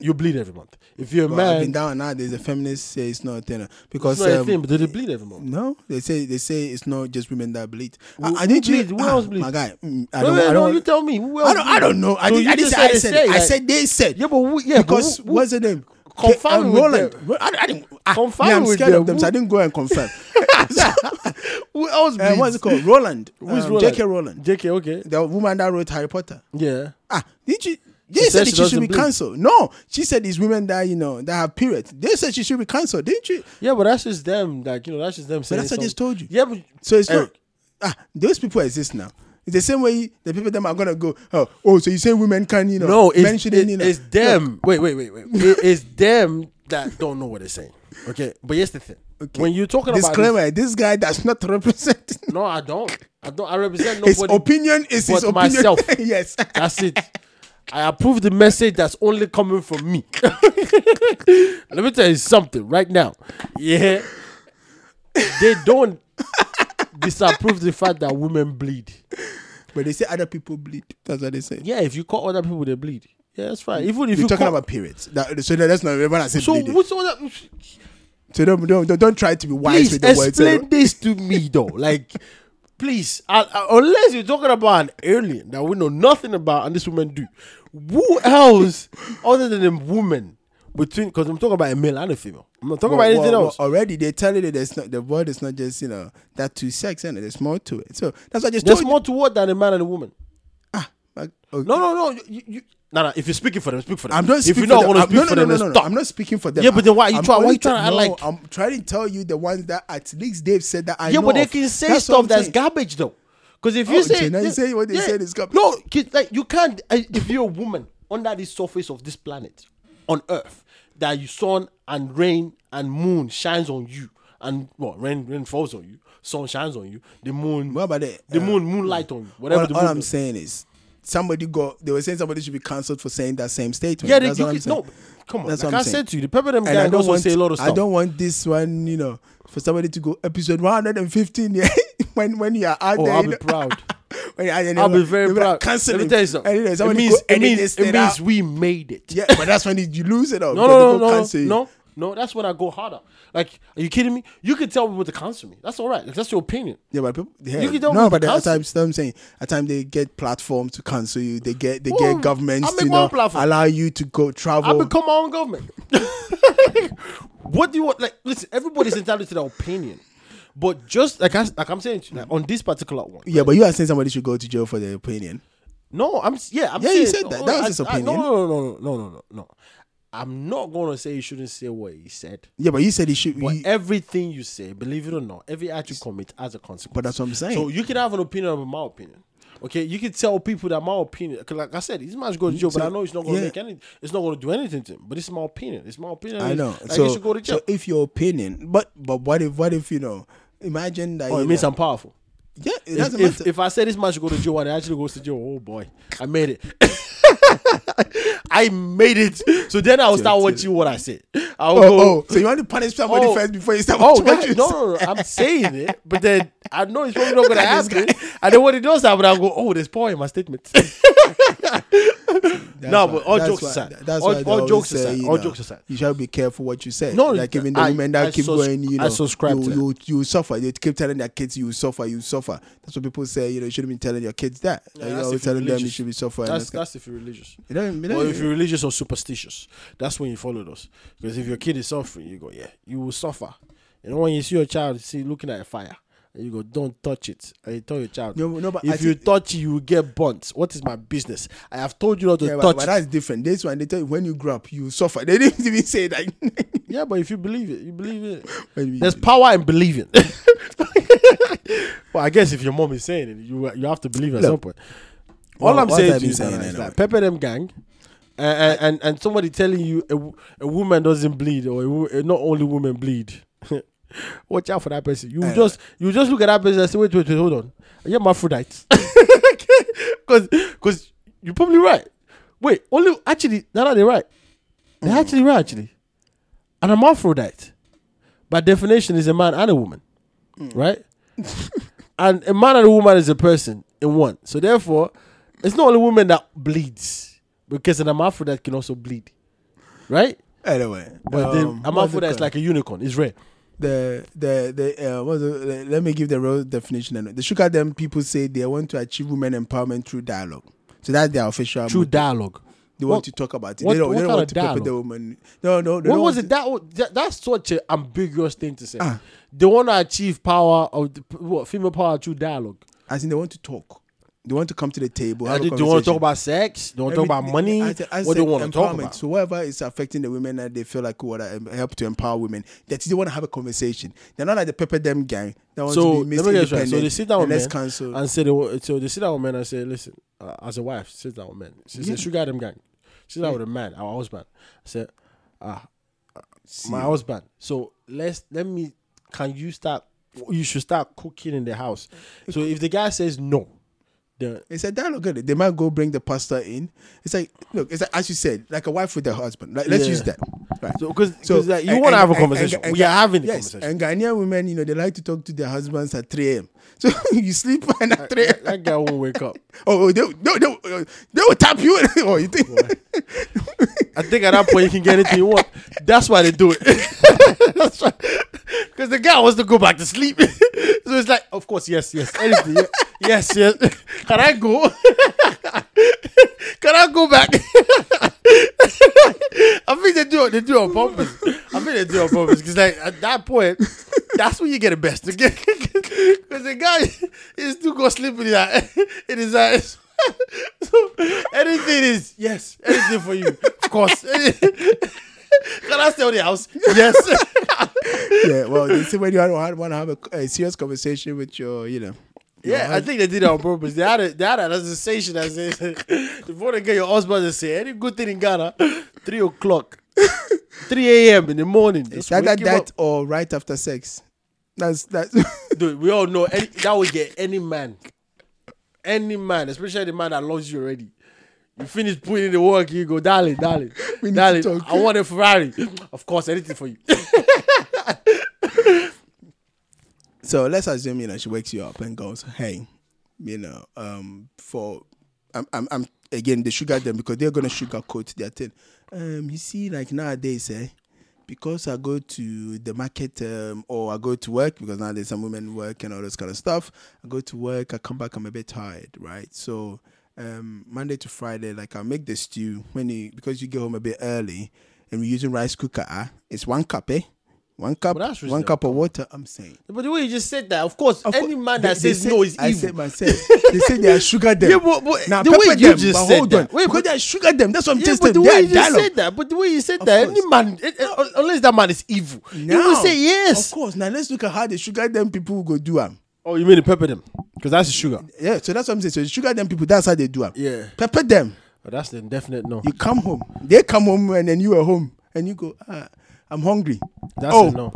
A: you bleed every month. If you're a
B: Well, I've
A: man,
B: been down now. There's a feminist say it's not a thing
A: it's
B: because
A: not a
B: um,
A: thing. But they bleed every month.
B: no, they say they say it's not just women that bleed.
A: Who-
B: I, I
A: who
B: didn't
A: bleed?
B: you-
A: Who else bleed?
B: My guy, mm, I
A: No,
B: don't.
A: no,
B: I
A: no,
B: don't
A: you tell me. Who
B: I
A: else
B: don't.
A: bleed?
B: I don't know. I,
A: So
B: did,
A: you
B: I didn't
A: just
B: say I
A: said they
B: said. it.
A: say,
B: I
A: like-
B: said they said.
A: Yeah, but who- yeah, but
B: because
A: who- who-
B: what's the name?
E: confirm
B: and
E: with
B: Roland.
E: them.
B: Ro- I, I didn't. I,
E: Confirm
B: me, I'm
E: with
B: scared
E: them.
B: of them, so I didn't go and confirm.
E: Who else?
B: uh, what's it called? Roland.
E: Who's
B: Um,
E: Roland?
B: J.K. Roland.
E: JK, okay.
B: the woman that wrote Harry Potter.
E: Yeah.
B: Ah, did you? They
E: said she
B: said that she should
E: doesn't
B: be
E: believe.
B: cancelled. No, she said these women that you know that have periods. They said she should be cancelled, didn't you?
E: Yeah, but that's just them. Like, you know, that's just them saying
B: that's what I just
E: something.
B: told you.
E: Yeah, but
B: So it's
E: Eric,
B: not. Ah, those people exist now. It's the same way the people them are gonna go. Oh, oh, so you say women can you know?
E: No,
A: it's-
B: men shouldn't,
A: it-
B: you know.
A: it's them. Wait, wait, wait, wait. It- it's them that don't know what they're saying. Okay, but here's the thing. When you're talking about this-
B: Disclaimer: This guy does not represent.
A: no, I don't. I don't. I represent
B: His
A: nobody.
B: opinion is his
A: but
B: opinion.
A: myself.
B: yes.
A: That's it. I approve the message that's only coming from me. Let me tell you something right now. Yeah. They don't disapprove the fact that women bleed.
B: But they say other people bleed. That's what they say.
A: Yeah, if you call other people, they bleed. Yeah, that's right. Even if
B: We're
A: you
B: talking
A: call,
B: about periods. That, so that's not everyone has said
A: so
B: bleeding.
A: what's all that?
B: So don't, don't don't don't try to be wise
A: Please
B: with the words.
A: explain this to me though. Like, eh? please, I, I- unless you're talking about an alien that we know nothing about, and this woman do. Who else other than a woman between? Because I'm talking about a male and a female. I'm not talking
B: Well,
A: about anything
B: well,
A: else.
B: well, already they tell you that there's not the world is not just you know that two sex and there's more to it. So that's what I just
A: There's
B: told
A: more to what than a man and a woman.
B: you. Like, okay.
A: No, no, no. You, you, no, no. If you're speaking for them, speak for them.
B: I'm not
A: If
B: speaking
A: you're not
B: for
A: going to
B: them.
A: speak
B: I'm, no,
A: for
B: no,
A: them,
B: no,
A: then
B: no, no,
A: stop.
B: I'm not speaking for them.
A: Yeah, but then why are you
B: I'm
A: try- why
B: only
A: you trying to
B: no,
A: like-
B: I'm trying to tell you the ones that at least they've said that I
A: yeah,
B: know.
A: but they
B: of.
A: can say
B: That's what
A: stuff
B: I'm
A: that's
B: saying.
A: garbage though. Because if you
B: Oh,
A: say,
B: Jenna, you say what they said is garbage.
A: No, 'cause, like you can't. uh, If you're a woman under the surface of this planet, on Earth, that you sun and rain and moon shines on you, and well, rain rain falls on you, sun shines on you, the moon,
B: What about that?
A: the
B: Uh,
A: moon moonlight on you, whatever
B: all,
A: the
B: all
A: moon.
B: I'm
A: does.
B: saying is somebody got. They were saying somebody should be cancelled for saying that same statement.
A: yeah, they,
B: That's
A: you
B: what I'm
A: can,
B: saying.
A: no, come on.
B: That's
A: like
B: what
A: I
B: I'm saying.
A: said to you, the pepper them
B: And
A: guy also say a lot of stuff.
B: I don't want this one, you know, for somebody to go episode 115 yeah, when when you are out
A: Oh,
B: there.
A: I'll be
B: you know,
A: proud.
B: when you are- and
A: I'll
B: they'll
A: be
B: be
A: very
B: like,
A: proud.
B: Cancel
A: Let me
B: him."
A: tell you something.
B: And then
A: it
B: somebody
A: means,
B: go
A: it
B: edit
A: means,
B: this
A: it
B: thing
A: means
B: out.
A: we made it.
B: yeah, but that's when you you lose it all.
A: No,
B: because
A: no,
B: they go
A: no,
B: cancel
A: no,
B: you.
A: no, no. That's when I go harder. Like, are you kidding me? You can tell people to cancel me. That's all right. Like, that's your opinion.
B: Yeah, but people, yeah.
A: You can tell
B: no,
A: people
B: but
A: to
B: at
A: cancel.
B: times, I'm saying, at times they get platforms to cancel you. They get they
A: Well,
B: get governments
A: I
B: to
A: make
B: you
A: my
B: know,
A: own platform.
B: allow you to go
A: I
B: travel.
A: become my own government. what do you want? Like, listen, everybody's entitled to their opinion, but just like I, like I'm saying to you, like, on this particular one.
B: yeah, but you are saying somebody should go to jail for their opinion.
A: No, I'm s- yeah. I'm
B: Yeah,
A: saying,
B: you said that. That was
A: I-
B: his
A: I- no,
B: opinion.
A: no, no, no, no, no, no, no. I'm not gonna say you shouldn't say what he said.
B: Yeah, but you said he should.
A: But
B: you-
A: everything you say, believe it or not, every act you commit has a consequence.
B: But that's what I'm saying.
A: So you can have an opinion about my opinion. Okay, you can tell people that my opinion, 'cause like I said, this man's going to jail, but
B: So,
A: I know it's not going to
B: yeah.
A: make any, it's not going to do anything to him. But it's my opinion. It's my opinion.
B: I know.
A: Like,
B: so,
A: you should go to jail.
B: so if your opinion, but but what if what if you know? Imagine that.
A: oh,
B: you
A: it means
B: know,
A: I'm powerful.
B: yeah, it
A: If,
B: doesn't
A: if,
B: matter.
A: if I say this man should go to jail and he actually goes to jail, oh boy, I made it. I made it. So then I will start watching what I said. I will go,
B: oh, oh, so you want to punish somebody
A: Oh.
B: first before you start?
A: Oh,
B: watching what
A: that,
B: you
A: no,
B: say?
A: no, no, I'm saying it, but then I know it's probably not going to
B: at this
A: happen. And then when it does happen, I'll go, oh, there's power in my statement. no,
B: That's
A: Oh, but
B: why-
A: all
B: that's
A: jokes
B: why-
A: aside,
B: that's
A: all,
B: why they
A: all
B: always
A: jokes
B: say,
A: aside,
B: you
A: all
B: know,
A: jokes aside.
B: You shall be careful what you say.
A: No,
B: like even the
A: I-
B: women that
A: I
B: keep
A: subs-
B: going, you know,
A: I subscribe
B: you,
A: to that.
B: you, you suffer. They keep telling their kids, you suffer, you suffer. That's what people say. You know, you shouldn't be telling your kids that. you
A: that's
B: know,
A: if you're
B: telling them you
A: religious.
B: should be suffering.
A: That's, that's if you're religious.
B: you don't, you
A: Or
B: don't-
A: if you're religious or superstitious, that's when you follow those. Because if your kid is suffering, you go, yeah, you will suffer. You know, when you see your child see looking at a fire, and you go, don't touch it. And you tell your child,
B: No, no, but I
A: if you
B: think-
A: touch it, you will get burnt. What is my business? I have told you not to
B: Yeah, but,
A: touch
B: but
A: it.
B: that's different. This one, they tell you when you grow up, you suffer. They didn't even say that.
A: Yeah, but if you believe it, you believe it.
B: Maybe.
A: There's power in believing. well, I guess if your mom is saying it, you you have to believe at
B: Look,
A: some point. All
B: what-
A: I'm
B: what
A: saying
B: have
A: to
B: you
A: you
B: saying
A: Nana, is
B: anyway?
A: that Pepper them gang, uh, uh, and and somebody telling you a, wo- a woman doesn't bleed or a, wo- uh, not only women bleed. Watch out for that person. You just you just look at that person and say, wait, wait, wait, hold on. Are you hermaphrodite? Because because you're probably right. Wait, only actually, now that they're right,
B: Mm.
A: they're actually right. Actually, an hermaphrodite by definition is a man and a woman,
B: Mm.
A: right? and a man and a woman is a person in one. So therefore, it's not only women that bleeds because an hermaphrodite can also bleed, right?
B: Anyway,
A: But the
B: um, what's it
A: hermaphrodite is
B: called?
A: like a unicorn. It's rare.
B: the the the uh, what's the, let me give the real definition. and- The sugar them people say they want to achieve women empowerment through dialogue. So that's their official
A: True
B: motto.
A: dialogue.
B: They want
E: What-
B: to talk about it.
E: what-
B: they don't,
E: what
B: they don't
E: kind
B: want
E: of
B: to pepper the
E: dialogue?
B: woman. No, no. They
E: What
B: don't
E: was
B: want
E: it? That, wa- that that's such an ambiguous thing to say.
B: Ah.
E: They want to achieve power of the, what female power through dialogue.
B: To, as in, they want to talk. They want to come to the table. Have
A: they,
B: a
A: they want to
B: conversation.
A: talk about sex. They want to talk about
B: Everything-
A: money.
B: I said- I
A: what they
B: said
A: want to talk
B: empowerment.
A: about.
B: So whatever is affecting the women that they feel like would um, help to empower women, that they want to have a conversation. They're not like the pepper them gang that wants
A: So
B: to be
A: let
B: Miss
A: me get this right. So
B: Independent
A: they sit down with
B: and
A: men
B: let's cancel.
A: and say they wa- so they sit down with men and say, listen, uh, as a wife, sit down with men. She said, sugar them gang. Sit down with a man, our husband. I said, ah, uh, my husband. So let's let me. Can you start? You should start cooking in the house. So if the guy says no, then
B: It's a dialogue. isn't it? They might go bring the pastor in. It's like, look, it's like, as you said, like a wife with her husband. Like, let's
A: Yeah.
B: use that. Right.
A: So, 'cause-
B: So,
A: 'cause, like, you
B: and-
A: wanna
B: and-
A: have a
B: and-
A: conversation. We are having a
B: yes,
A: conversation.
B: And Ghanaian women, you know, they like to talk to their husbands at 3 a.m. So you sleep and at 3 a.m.
A: that guy won't wake up.
B: Oh, oh, they, they, they, they will tap you. oh, you think?
A: I think at that point you can get anything you want. That's why they do it. That's why. Because the guy wants to go back to sleep. so it's like, of course, yes, yes, anything. yeah. Yes, yes. Can I go? can I go back? I think they do it. They do it on purpose. I think they do it on purpose because, like, at that point, that's when you get the best. Because the guy is too go sleep in his eye. In his eyes. so anything is yes, anything for you, of course. Can I stay on the house? Yes.
B: yeah, well, they say when you want to have a, a serious conversation with your, you know.
A: Yeah,
B: your
A: I
B: husband.
A: think they did it on purpose. They had a, they had a sensation that says, before they get your husband to say any good thing in Ghana, 3 o'clock, 3 a.m. in the morning.
B: It's
A: Just
B: either
A: wake him
B: that
A: up.
B: or right after sex. That's that's
A: Dude, we all know any, that would get any man. Any man, especially the man that loves you already. You finish putting in the work, you go, darling, darling,
B: We need to
A: darling,
B: talk."
A: I want a Ferrari. of course, anything for you.
B: so. Let's assume you know she wakes you up and goes, "Hey, you know, um, for I'm I'm, I'm again they sugar them because they're gonna sugarcoat their thing. Um, you see, like nowadays, eh." Because I go to the market um, or I go to work, because nowadays some women work and all this kind of stuff. I go to work, I come back, I'm a bit tired, right? So um, Monday to Friday, like I make the stew when you because you get home a bit early, and we're using rice cooker. Ah, it's one cup, eh? One cup,
A: But that's
B: one cup of water. I'm saying.
A: but the way you just said that, of course,
B: Of
A: any
B: course,
A: man
B: they-
A: that
B: they
A: says
B: say-
A: no is evil.
B: I said myself. they say they are sugar them.
A: Yeah, but- but
B: Now,
A: the way
B: pepper
A: you
B: them,
A: just
B: but
A: said
B: hold
A: that-
B: on.
A: wait,
B: because
A: but-
B: they are sugar them. That's what I'm
A: Yeah,
B: telling
A: but the
B: them.
A: way
B: They are
A: you just
B: dialogue.
A: said that, but the way you said
B: Of
A: that, any
B: course.
A: man, it, it, unless that man is evil, he
B: Now,
A: will say yes.
B: Of course. Now let's look at how the sugar them people go do am.
A: Oh, you mean the pepper them? Because that's the sugar.
B: Yeah, so that's what I'm saying. So sugar them people, that's how they do am.
A: Yeah.
B: Pepper them.
A: But Oh, that's the definite no.
B: You come home. They come home and then you are home. And you go, ah, I'm hungry.
A: That's
B: oh,
A: a no.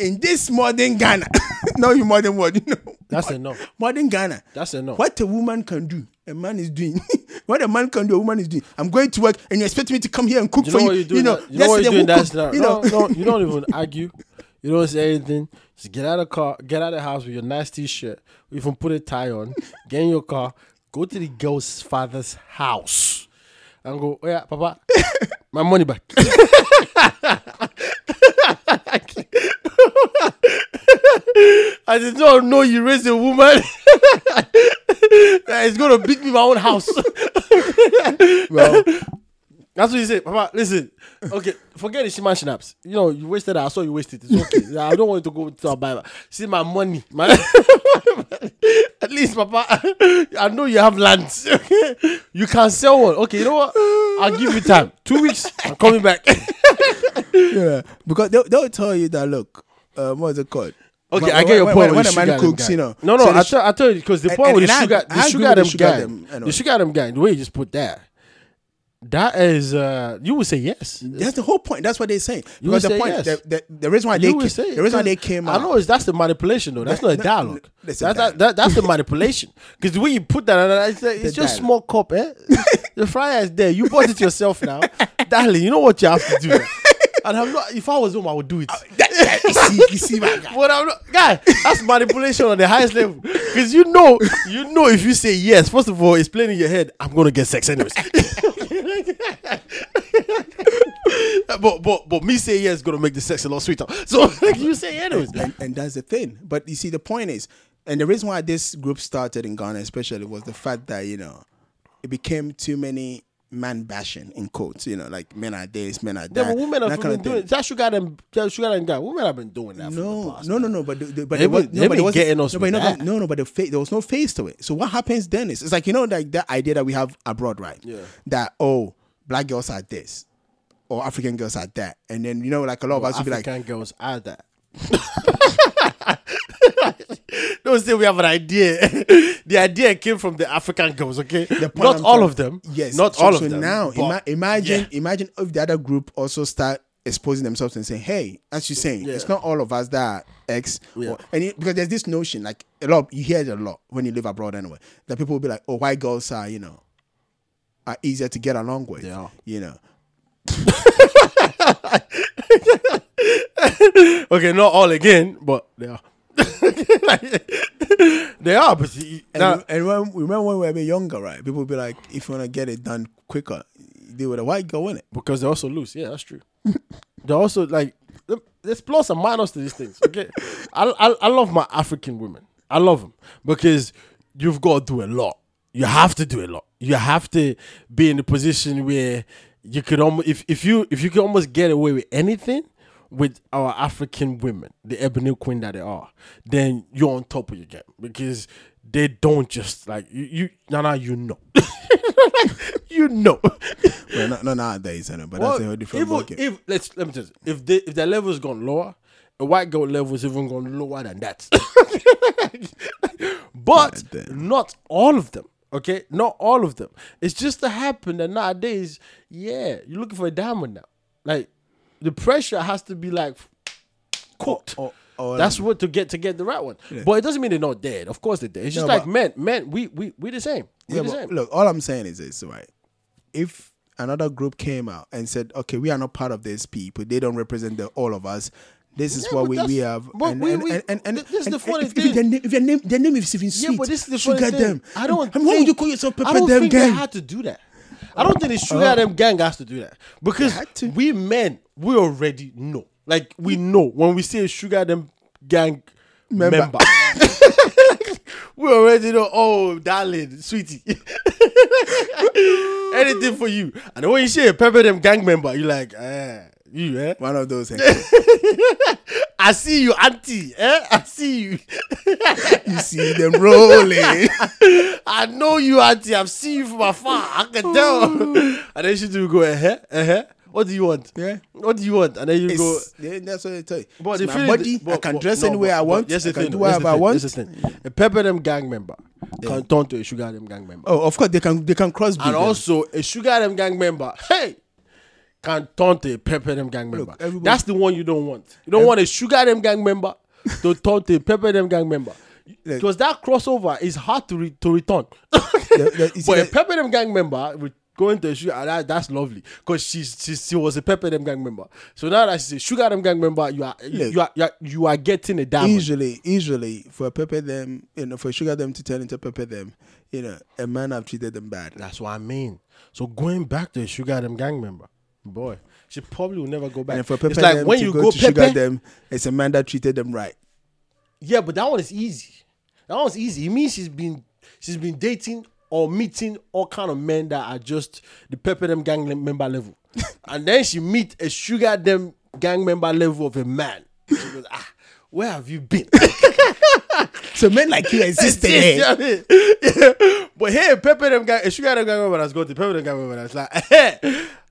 B: in this modern Ghana. no, you modern world, you know.
A: That's a no.
B: Modern Ghana.
A: That's a no.
B: What a woman can do, a man is doing. what a man can do, a woman is doing. I'm going to work and you expect me to come here and cook
A: You
B: for
A: know what
B: you.
A: you do. You
B: know,
A: know, you know what you
B: yesterday
A: do in
B: who
A: that
B: cooked?
A: scenario.
B: You know,
A: no, no, you don't even argue. You don't say anything. Just get out of the car, get out of the house with your nice t-shirt. Even put a tie on. Get in your car. Go to the girl's father's house, and go. Oh yeah, Papa, my money back. I did not know you raised a woman that is gonna beat me in my own house.
B: well,
A: That's what you say, Papa. Listen, okay, forget the Shima Schnaps. You know, you wasted. it. I saw you wasted. it. It's okay. I don't want you to go to a Bible. See my money, man. At least, Papa, I know you have lands. Okay, you can sell one. Okay, you know what? I'll give you time. Two weeks. I'm coming back.
B: yeah. Because they'll, they'll tell you that look, uh, what is it called?
A: Okay,
B: When-
A: I get your
B: when-
A: point. with
B: When, when a
A: sugar
B: man
A: them
B: cooks,
A: guy.
B: you know.
A: No, no.
B: so the
A: I,
B: sh-
A: tell- I tell you because the
B: And-
A: point
B: and-
A: with the
B: and I
A: sugar,
B: ag- I
A: the
B: agree
A: sugar
B: with the
A: them
B: sugar
A: guy,
B: them, I know.
A: the sugar them guy, the way you just put that, that is, uh, you would say yes.
B: that's the whole point. That's what they're saying.
A: You
B: Because
A: will
B: the
A: say
B: point,
A: yes.
B: the, the, the reason why
A: you
B: they
A: would
B: came,
A: say it,
B: the reason why
A: 'cause
B: they came
A: I
B: out.
A: know it's that's the manipulation though. That's
B: No,
A: not a
B: no,
A: dialogue.
B: no, that's a
A: That- that-
B: dialogue.
A: that- that's the manipulation. Because the way you put that, uh, it's, uh, it's just
B: dialogue.
A: small cup, eh? the fryer is there. You bought it yourself now, darling. You know what you have to do. And I'm not. If I was home, I would
B: Uh,
A: do it.
B: That- you see, you see my guy.
A: But I'm not, guy, that's manipulation on the highest level. Because you know, you know, if you say yes, first of all, it's playing in your head. I'm gonna get sex anyways. but but but me say yes is gonna make the sex a lot sweeter. So like, you say anyways.
B: and, and that's the thing. But you see, the point is, and the reason why this group started in Ghana, especially, was the fact that you know it became too many man bashing in quotes. You know, like men are this, men are that.
A: Yeah, but women
B: that
A: have
B: kind
A: been
B: of
A: doing
B: thing.
A: that. Sugar and that sugar and guy. Women have been doing that. for the
B: No,
A: past.
B: no, no, no. But the, the, but
A: They
B: there was,
A: been-
B: no,
A: they
B: but
A: been
B: there was
A: getting us
B: No, but
A: with
B: you know,
A: that.
B: no, no. But the fa- there was no face to it. So what happens then is it's like you know like that idea that we have abroad, right? Yeah. That oh, black girls are this, or African girls are that, and then you know like a lot of us would be like,
F: African girls are that.
A: Don't say we have an idea. the idea came from the African girls, okay?
B: point
A: Not
B: I'm
A: all
B: trying-
A: of them.
B: Yes,
A: Not
B: so,
A: all
B: so
A: of them.
B: Now,
A: but-
B: ima- imagine,
A: Yeah.
B: imagine if the other group also start exposing themselves and saying, "Hey, as you're saying, it's not all of us that are X." Or, and it, because there's this notion, like a lot, of- you hear it a lot when you live abroad anyway, that people will be like, "Oh, white girls are, you know, are easier to get along with."
F: They are.
B: You know,
A: Okay, not all again, but they are. they are, but you-
B: and,
A: now-
B: and when, remember when we were a bit younger, right? People would be like, "If you want to get it done quicker, deal with a white girl in it."
A: because they also lose. Yeah, that's true. They're also like th- there's plus and minus to these things. Okay, I, I I love my African women. I love them because you've got to do a lot. You have to do a lot. You have to be in a position where you could almost if, if you if you could almost get away with anything with our African women, the ebony queen that they are, then you're on top of your game because they don't just like you. you nah, nah, you know, you know.
B: Well, not, not nowadays, you know, but that's a whole different
A: even,
B: bucket.
A: if let's let me tell you, if the if their level's gone lower, a white girl level's even gone lower than that. but not all of them. Okay, not all of them. It's just to happen that nowadays, yeah, you're looking for a diamond now. Like the pressure has to be like cooked.
B: Or- or-
A: That's what to get to get the right one. But it doesn't mean they're not dead. Of course they're dead. It's just
B: No,
A: like
B: but-
A: men, men, we we we the same. We
B: Yeah,
A: the
B: but
A: same.
B: look, all I'm saying is this, right? If another group came out and said, "Okay, we are not part of these people. They don't represent the all of us. This is
A: Yeah,
B: what
A: but
B: we, we
A: that's-
B: have."
A: but
B: and,
A: we-
B: and,
A: we-
B: and, and, and,
A: th- this is
B: and-
A: the
B: and
A: funny
B: if, if their
A: thing.
B: name, if their name, their name is even
A: Yeah,
B: sweet.
A: but this is the
B: sugar
A: funny thing.
B: them.
A: I don't.
B: And why would
A: think-
B: you call yourself
A: I
B: pepper
A: don't
B: them
A: think
B: gang? Uh,
A: They had to do that. I don't think the sugar them gang has to do that because we men we already know. Like we know when we see a sugar them gang member. we already know. Oh, darling, sweetie. Anything for you. And when you see a pepper them gang member, you're like, eh, you, eh?
B: One of those. things.
A: I see you, auntie. Eh? I see you.
B: you see them rolling.
A: I know you, auntie. I've seen you from afar. I can tell. and then she do go, eh, eh, eh. What do you want?
B: Yeah.
A: What do you want? And then you go.
B: It's- yeah, that's what I tell you.
A: But
B: It's
A: the
B: my
A: feeling-
B: body,
A: but-
B: I can
A: but-
B: dress
A: no,
B: any way
A: but-
B: I
A: but
B: want.
A: Here's
B: I
A: the
B: can
A: thing.
B: do
A: though, here's
B: whatever
A: the
B: I
A: thing,
B: want.
A: Here's the thing. A pepper them gang member can turn to a sugar them gang member.
B: Oh, of course they can. They can cross.
A: And also a sugar them gang member. Hey. Can turn to a pepper them gang member.
B: everybody-
A: That's the one you don't want. You don't want a sugar them gang member to turn to a pepper them gang member.
B: Look.
A: Because that crossover is hard to re- to return.
B: the- you see
A: but a
B: that-
A: Pepper Dem gang member with going to a sugar ah, that, that's lovely because she's she's she was a Pepper Dem gang member. So now that she's a sugar Dem gang member, you are you,
B: Look.
A: you are, you are you are getting a diamond.
B: usually, usually for pepper them, you know, for sugar them to turn into pepper them, you know, a man have treated them bad.
A: That's what I mean. So going back to a sugar Dem gang member, boy, she probably will never go back.
B: And for pepper
A: it's like
B: them
A: when
B: to
A: you
B: go,
A: go,
B: to sugar
A: Pepper,
B: them, it's a man that treated them right.
A: yeah, but that one is easy. That one's easy. It means she's been she's been dating or meeting all kind of men that are just the Pepper Dem gang le- member level, and then she meet a sugar Dem gang member level of a man. She goes, ah, where have you been?
B: So men like you existed.
A: Yes, you
B: eh?
A: know what I mean? But hey, Pepe them guy, if you got a guy member that's got the Pepe them guy member that's like, hey,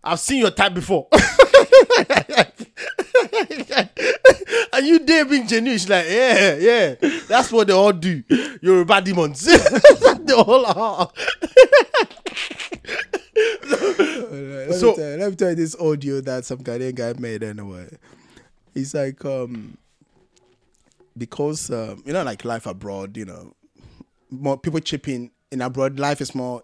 A: I've seen your type before. and you there being genuine, she's like, yeah, yeah, that's what they all do. You're bad demons. they all are.
B: Let,
A: So-
B: me tell you, let me tell you this audio that some Ghanaian guy made anyway. It's like um because um, you know like life abroad, you know, more people chipping in abroad, life is more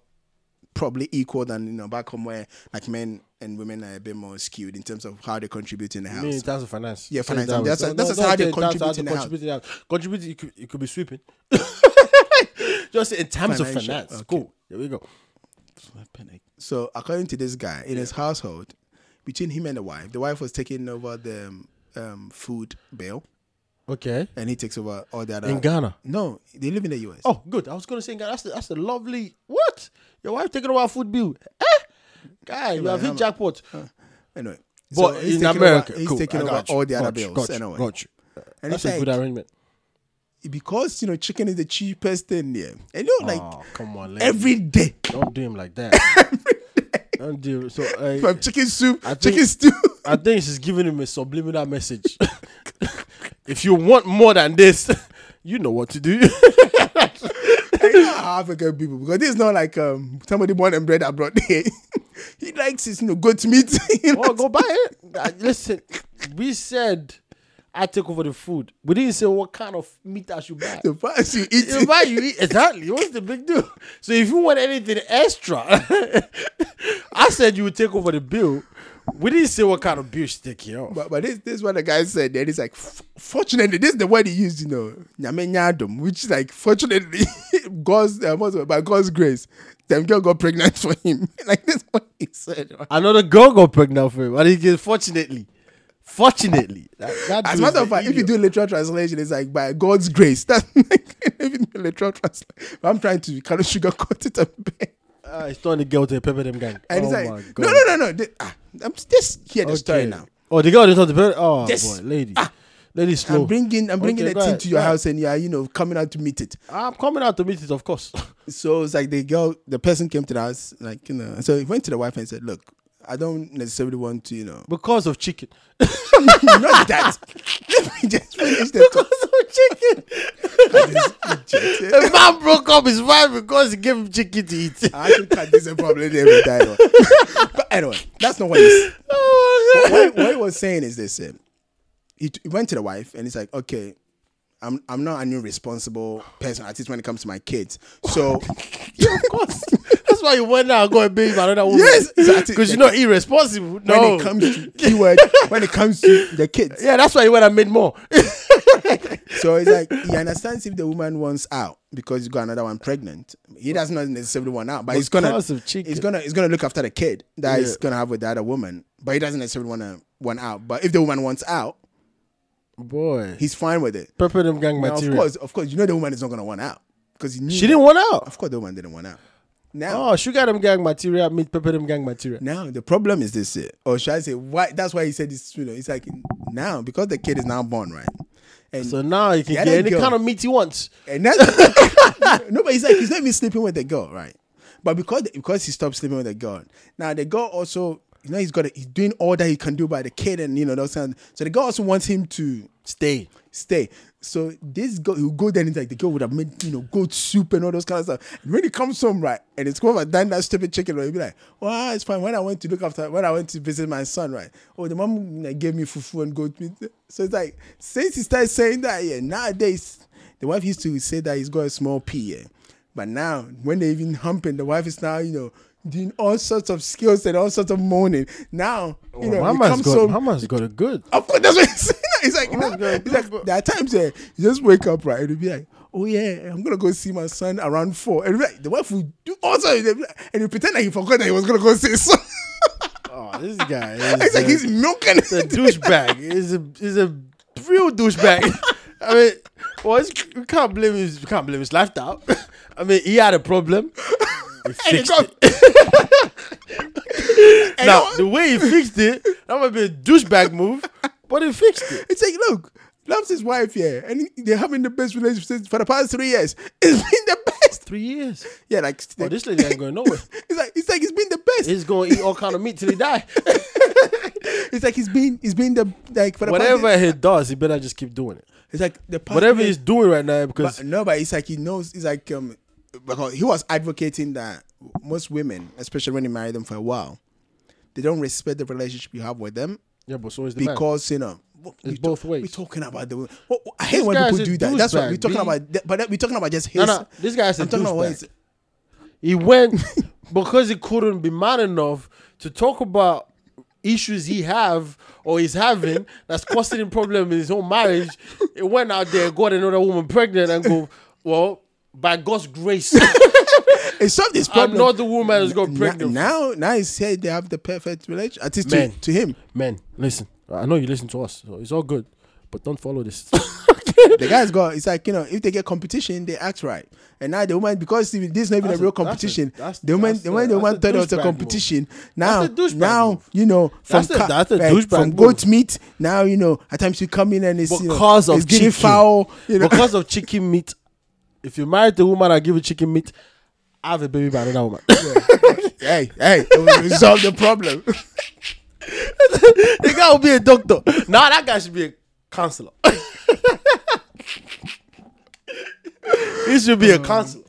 B: probably equal than you know back home where like men and women are a bit more skewed in terms of how they contribute in the house.
A: in terms of finance.
B: Yeah,
A: Say it
B: finance.
A: that way.
B: That's- that's just how
A: don't
B: they
A: say it, that's how
B: contribute in the house.
A: contribute in the house. Contribute, it could, it could be sweeping. just in terms of
B: Financial,
A: finance.
B: okay.
A: Cool. There we go.
B: So according to this guy, in his household, between him and the wife, the wife was taking over the um, um, food bill,
A: Okay.
B: and he takes over all the other.
A: In Ghana?
B: No, they live in the US.
A: Oh, good. I was gonna say, God, that's the, that's the lovely. What? Your wife taking over our food bill? Eh? Guy, you have hit jackpot.
B: Anyway.
A: But
B: he's
A: in
B: taking
A: America,
B: over, he's
A: cool,
B: taking
A: I
B: over
A: got you,
B: all the other
A: got you,
B: bills
A: got you,
B: anyway.
A: got you.
B: And
A: That's
B: it's
A: a
B: like,
A: good arrangement.
B: because you know chicken is the cheapest thing there. And you know, like
A: oh, come on, lady.
B: every day
A: don't do him like that. don't do him. So uh,
B: from chicken soup,
A: I think-
B: chicken stew.
A: I think she's giving him a subliminal message. if you want more than this, you know what to do.
B: Like, you know how African people because this is not like um somebody born and bred abroad. he likes his you know goat meat. you know.
A: oh, go buy it. Uh, Listen, we said I take over the food. We didn't say what kind of meat I should buy.
B: The first you eat
A: You buy, you eat. Exactly. What's the big deal? So if you want anything extra, I said you would take over the bill. We didn't say what kind of bill she's taking off.
B: But, but this, this is what the guy said. Then he's like, "F- fortunately, this is the word he used, you know, "Nyame nyadom," which is like, fortunately, God's, uh, what's it, by God's grace, them girl got pregnant for him. like, this is what he said.
A: Another girl got pregnant for him. And he gets, fortunately, fortunately. That, that
B: As
A: dude
B: a matter
A: is
B: of
A: an
B: fact, if you
A: idiot.
B: do literal translation, it's like, by God's grace. That's like, if you do literal translation. I'm trying to kind of sugarcoat it a bit.
A: Ah, he's throwing the girl to a pepper them gang. oh
B: And it's
A: my
B: like,
A: god.
B: no, no, no, no. This, ah, I'm just hear the story
A: Okay.
B: now.
A: Oh, the girl they thought the pepper. Oh
B: Yes. Ah.
A: boy, lady, lady, slow.
B: I'm bringing, I'm bringing
A: Okay,
B: a
A: go
B: thing
A: ahead,
B: to your
A: go ahead.
B: house and you are, you know, coming out to meet it.
A: I'm coming out to meet it, of course.
B: So it's like the girl, the person came to the house, like you know. So he went to the wife and said, "Look, I don't necessarily want to, you know,
A: because of chicken.
B: not that. Let me just finish the talk."
A: chicken. the man broke up his wife because he gave him chicken to eat.
B: I actually can't this is a problem there with that one. but anyway, that's not what he's,
A: Oh, my God.
B: what, what he was saying is this: um, he, t- he went to the wife and he's like, "Okay." I'm, I'm not an irresponsible person, at least when it comes to my kids. So,
A: of course. That's why you went out and got a baby with another woman.
B: Yes, exactly.
A: because you're not irresponsible.
B: when
A: No,
B: it comes to keyword, when it comes to the kids,
A: yeah, that's why you went and made more.
B: So it's like he understands if the woman wants out because he's got another one pregnant. He does not necessarily want out, but he's gonna
A: Because of chicken.
B: he's gonna he's gonna look after the kid that he's
A: Yeah.
B: gonna have with the other woman. But he doesn't necessarily wanna want out. But if the woman wants out,
A: boy,
B: he's fine with it.
A: pepper them gang
B: Now, of
A: material.
B: course, of course, you know the woman is not gonna want out because he knew
A: she didn't want out.
B: Of course, the woman didn't want out. Now,
A: Oh, sugar them gang material meet pepper them gang material.
B: now the problem is this, eh, or should I say, why? That's why he said this. You know, it's like now because the kid is now born, right? And
A: So now you can
B: The
A: get
B: other
A: any
B: girl-
A: kind of meat he wants.
B: And that's no, but he's like he's not even sleeping with the girl, right? But because because he stopped sleeping with the girl, now the girl also you know he's got a, he's doing all that he can do by the kid and you know those kind. So the girl also wants him to
A: Stay.
B: stay. So this girl he'll go there and it's like the girl would have made you know goat soup and all those kind of stuff. And when he comes home, right, and it's over done that stupid chicken, right? He'll be like, Well, it's fine. When I went to look after when I went to visit my son, right? Oh, the mom like, gave me fufu and goat meat. So it's like since he started saying that, yeah, nowadays the wife used to say that he's got a small pee, yeah. But now when they even humping, the wife is now, you know, doing all sorts of skills and all sorts of moaning. Now, you know, he
A: Oh, Mama's
B: comes
A: got,
B: home,
A: Mama's got a good.
B: of course, that's what he's saying. He's like, no,
A: God,
B: he's like, there are times eh, you just wake up, right? And you'll be like, oh yeah, I'm gonna go see my son around four. And you'll be like, the wife will do also, and you pretend like he forgot that he was gonna go see his son.
A: Oh, this guy is
B: it's like
A: a-
B: he's milking
A: a
B: it.
A: douchebag. He's a he's a real douchebag. I mean, well, it's, we can't blame his we can't blame his lifestyle. I mean, he had a problem. He
B: And he
A: fixed
B: got-
A: it. Now the way he fixed it, that might be a douchebag move, but he fixed it.
B: It's like, look, loves his wife, yeah, and they're having the best relationship since- for the past three years. It's been the best.
A: Three years.
B: Yeah, like
A: Oh, this lady ain't going nowhere.
B: It's like it's like it's been the best.
A: He's gonna eat all kind of meat till he die.
B: It's like he's been he's been the like for the past-
A: Whatever he does, he better just keep doing it.
B: It's like the past
A: Whatever
B: years-
A: he's doing right now, because
B: But no, but it's like he knows. It's like um, because he was advocating that most women, especially when you marry them for a while, they don't respect the relationship you have with them
A: yeah, but so is the man.
B: because you know. what-
A: It's
B: we
A: both ways.
B: We're talking about the. women. What- what- I hate
A: This
B: when
A: guy
B: people
A: is a
B: do that. That's what
A: douchebag,
B: we're talking
A: B.
B: about. th- But that- we're talking about just his.
A: No, no, this guy is a
B: I'm talking about what
A: douchebag.
B: is-
A: He went because he couldn't be man enough to talk about issues he have or he's having that's causing him problem in his own marriage. He went out there, got another woman pregnant, and go, well, by God's grace,
B: It solved his problem.
A: another woman has got
B: N-
A: pregnant.
B: Now, now he said they have the perfect relationship. At least to,
A: Men.
B: to him.
A: Men, listen. I know you listen to us, so it's all good, but don't follow this.
B: the guy's got. It's like you know, if they get competition, they act right. And now the woman, because even- this is not even
A: That's
B: a real
A: a- that's a-
B: competition,
A: that's-
B: the woman,
A: that's
B: the
A: a-
B: woman, the
A: that's
B: woman
A: a
B: thought it was
A: douchebag
B: a
A: move.
B: competition. Now,
A: a douchebag
B: now
A: move.
B: you know, from
A: That's a-
B: ca-
A: that's a
B: eh,
A: douchebag
B: from
A: move.
B: goat meat. Now you know, at times you come in and it's you know,
A: because of
B: it's giving
A: chicken.
B: foul. You know,
A: Because of chicken meat. If you marry the woman I give you chicken meat, I have a baby by another woman.
B: hey, hey, it will resolve the problem.
A: the guy will be a doctor. Now that guy should be a counselor. he should be a counselor.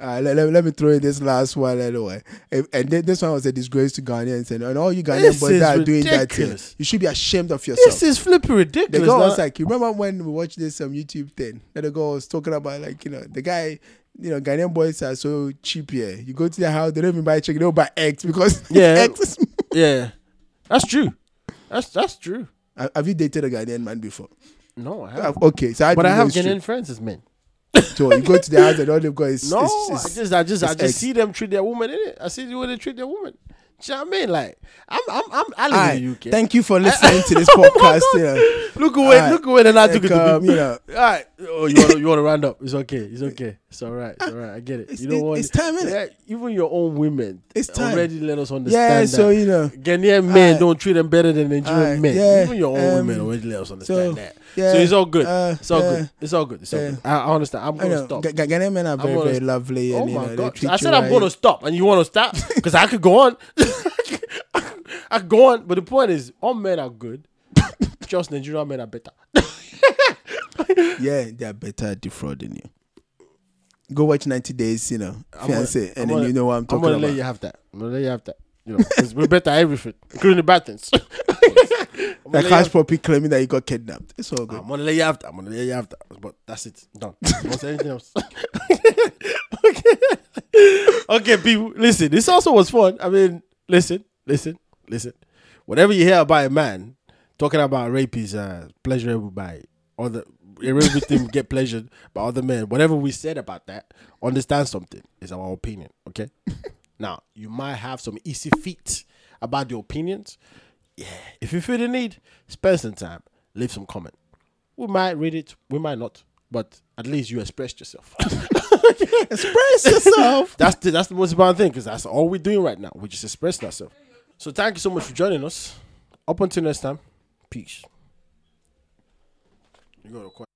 B: Uh, let, let, let me throw in this last one anyway. If, and thi- this one was a disgrace to Ghanaians and, and all you Ghanaian
A: This
B: boys
A: is
B: that are doing that thing.
A: ridiculous.
B: You should be ashamed of yourself.
A: This is flipping
B: the
A: ridiculous.
B: girl was
A: now.
B: like, you remember when we watched this um, YouTube thing? That the girl was talking about like, you know, the guy, you know, Ghanaian boys are so cheap here. You go to their house, they don't even buy chicken, they don't buy eggs because
A: Yeah.
B: eggs. Is,
A: yeah, that's true. That's that's true.
B: Ha- have you dated a Ghanaian man before?
A: No, I
B: Uh,
A: have.
B: Okay, so I
A: But I have
B: Ghanaian.
A: Ghanaian friends as men.
B: So you go to their house and all they've got is
A: No,
B: is- is-
A: I just, I just, I
B: it's
A: just
B: eggs.
A: see them treat their woman in it. I see the way they treat their woman. Do you know what I mean? Like, I'm, I'm, I'm I live
B: Aye,
A: in the UK.
B: Thank you for
A: I-
B: listening to this
A: Oh my
B: podcast.
A: God.
B: you know.
A: Look away,
B: Aye.
A: look away, and I took it
B: Like,
A: to
B: um,
A: be.
B: you know,
A: All right. Oh, you want to you want to round up? It's okay. It's okay. It's all right. It's all right. I get it.
B: It's-
A: you don't
B: it-
A: want
B: it's time, innit?
A: Yeah, even your own women.
B: It's time.
A: Already let us understand.
B: yeah, so
A: that.
B: you know,
A: Ghanaian men
B: Aye.
A: don't treat them better than Nigerian
B: Aye,
A: men.
B: yeah,
A: Even your own
B: um,
A: women already let us understand
B: so,
A: that.
B: yeah,
A: so it's all good.
B: uh,
A: it's all
B: yeah.
A: good. It's all good. It's all
B: Yeah.
A: good. I, I understand. I'm
B: I
A: gonna
B: know
A: stop.
B: Ga- Ga- Ghanaian men are very,
A: gonna
B: very
A: st-
B: lovely.
A: Oh
B: And, you
A: my
B: know, they
A: god!
B: treat
A: I
B: you
A: said I'm
B: right.
A: gonna stop, and you want to stop because I could go on. I could go on, but the point is, all men are good. Just Nigerian men are better.
B: Yeah, they are better at defrauding you. Go watch 90 Days, you know, fiance,
A: I'm
B: and
A: gonna-
B: then you know what I'm
A: I'm
B: talking
A: gonna
B: about.
A: let you have that. I'm gonna let you have that. You know, 'cause we're better at everything, including the bad things. I'm
B: Like
A: gonna
B: Cash
A: let you-
B: Poppy claiming that he got kidnapped. It's all good.
A: I'm gonna let you have that. I'm gonna let you have that. But that's it. Done. Don't say anything else. okay, people, listen. This also was fun. I mean, listen, listen, listen. Whatever you hear about a man talking about rape is uh, pleasurable by other. A rape victim get pleasured by other men. Whatever we said about that, understand something is our opinion. Okay. now you might have some easy feet about your opinions. Yeah. If you feel the need, spend some time, leave some comment. We might read it, we might not, but at least you expressed yourself.
B: Brace yourself.
A: That's the that's the most important thing because that's all we're doing right now. We're just expressing ourselves. So thank you so much for joining us. Up until next time, peace. You got a question?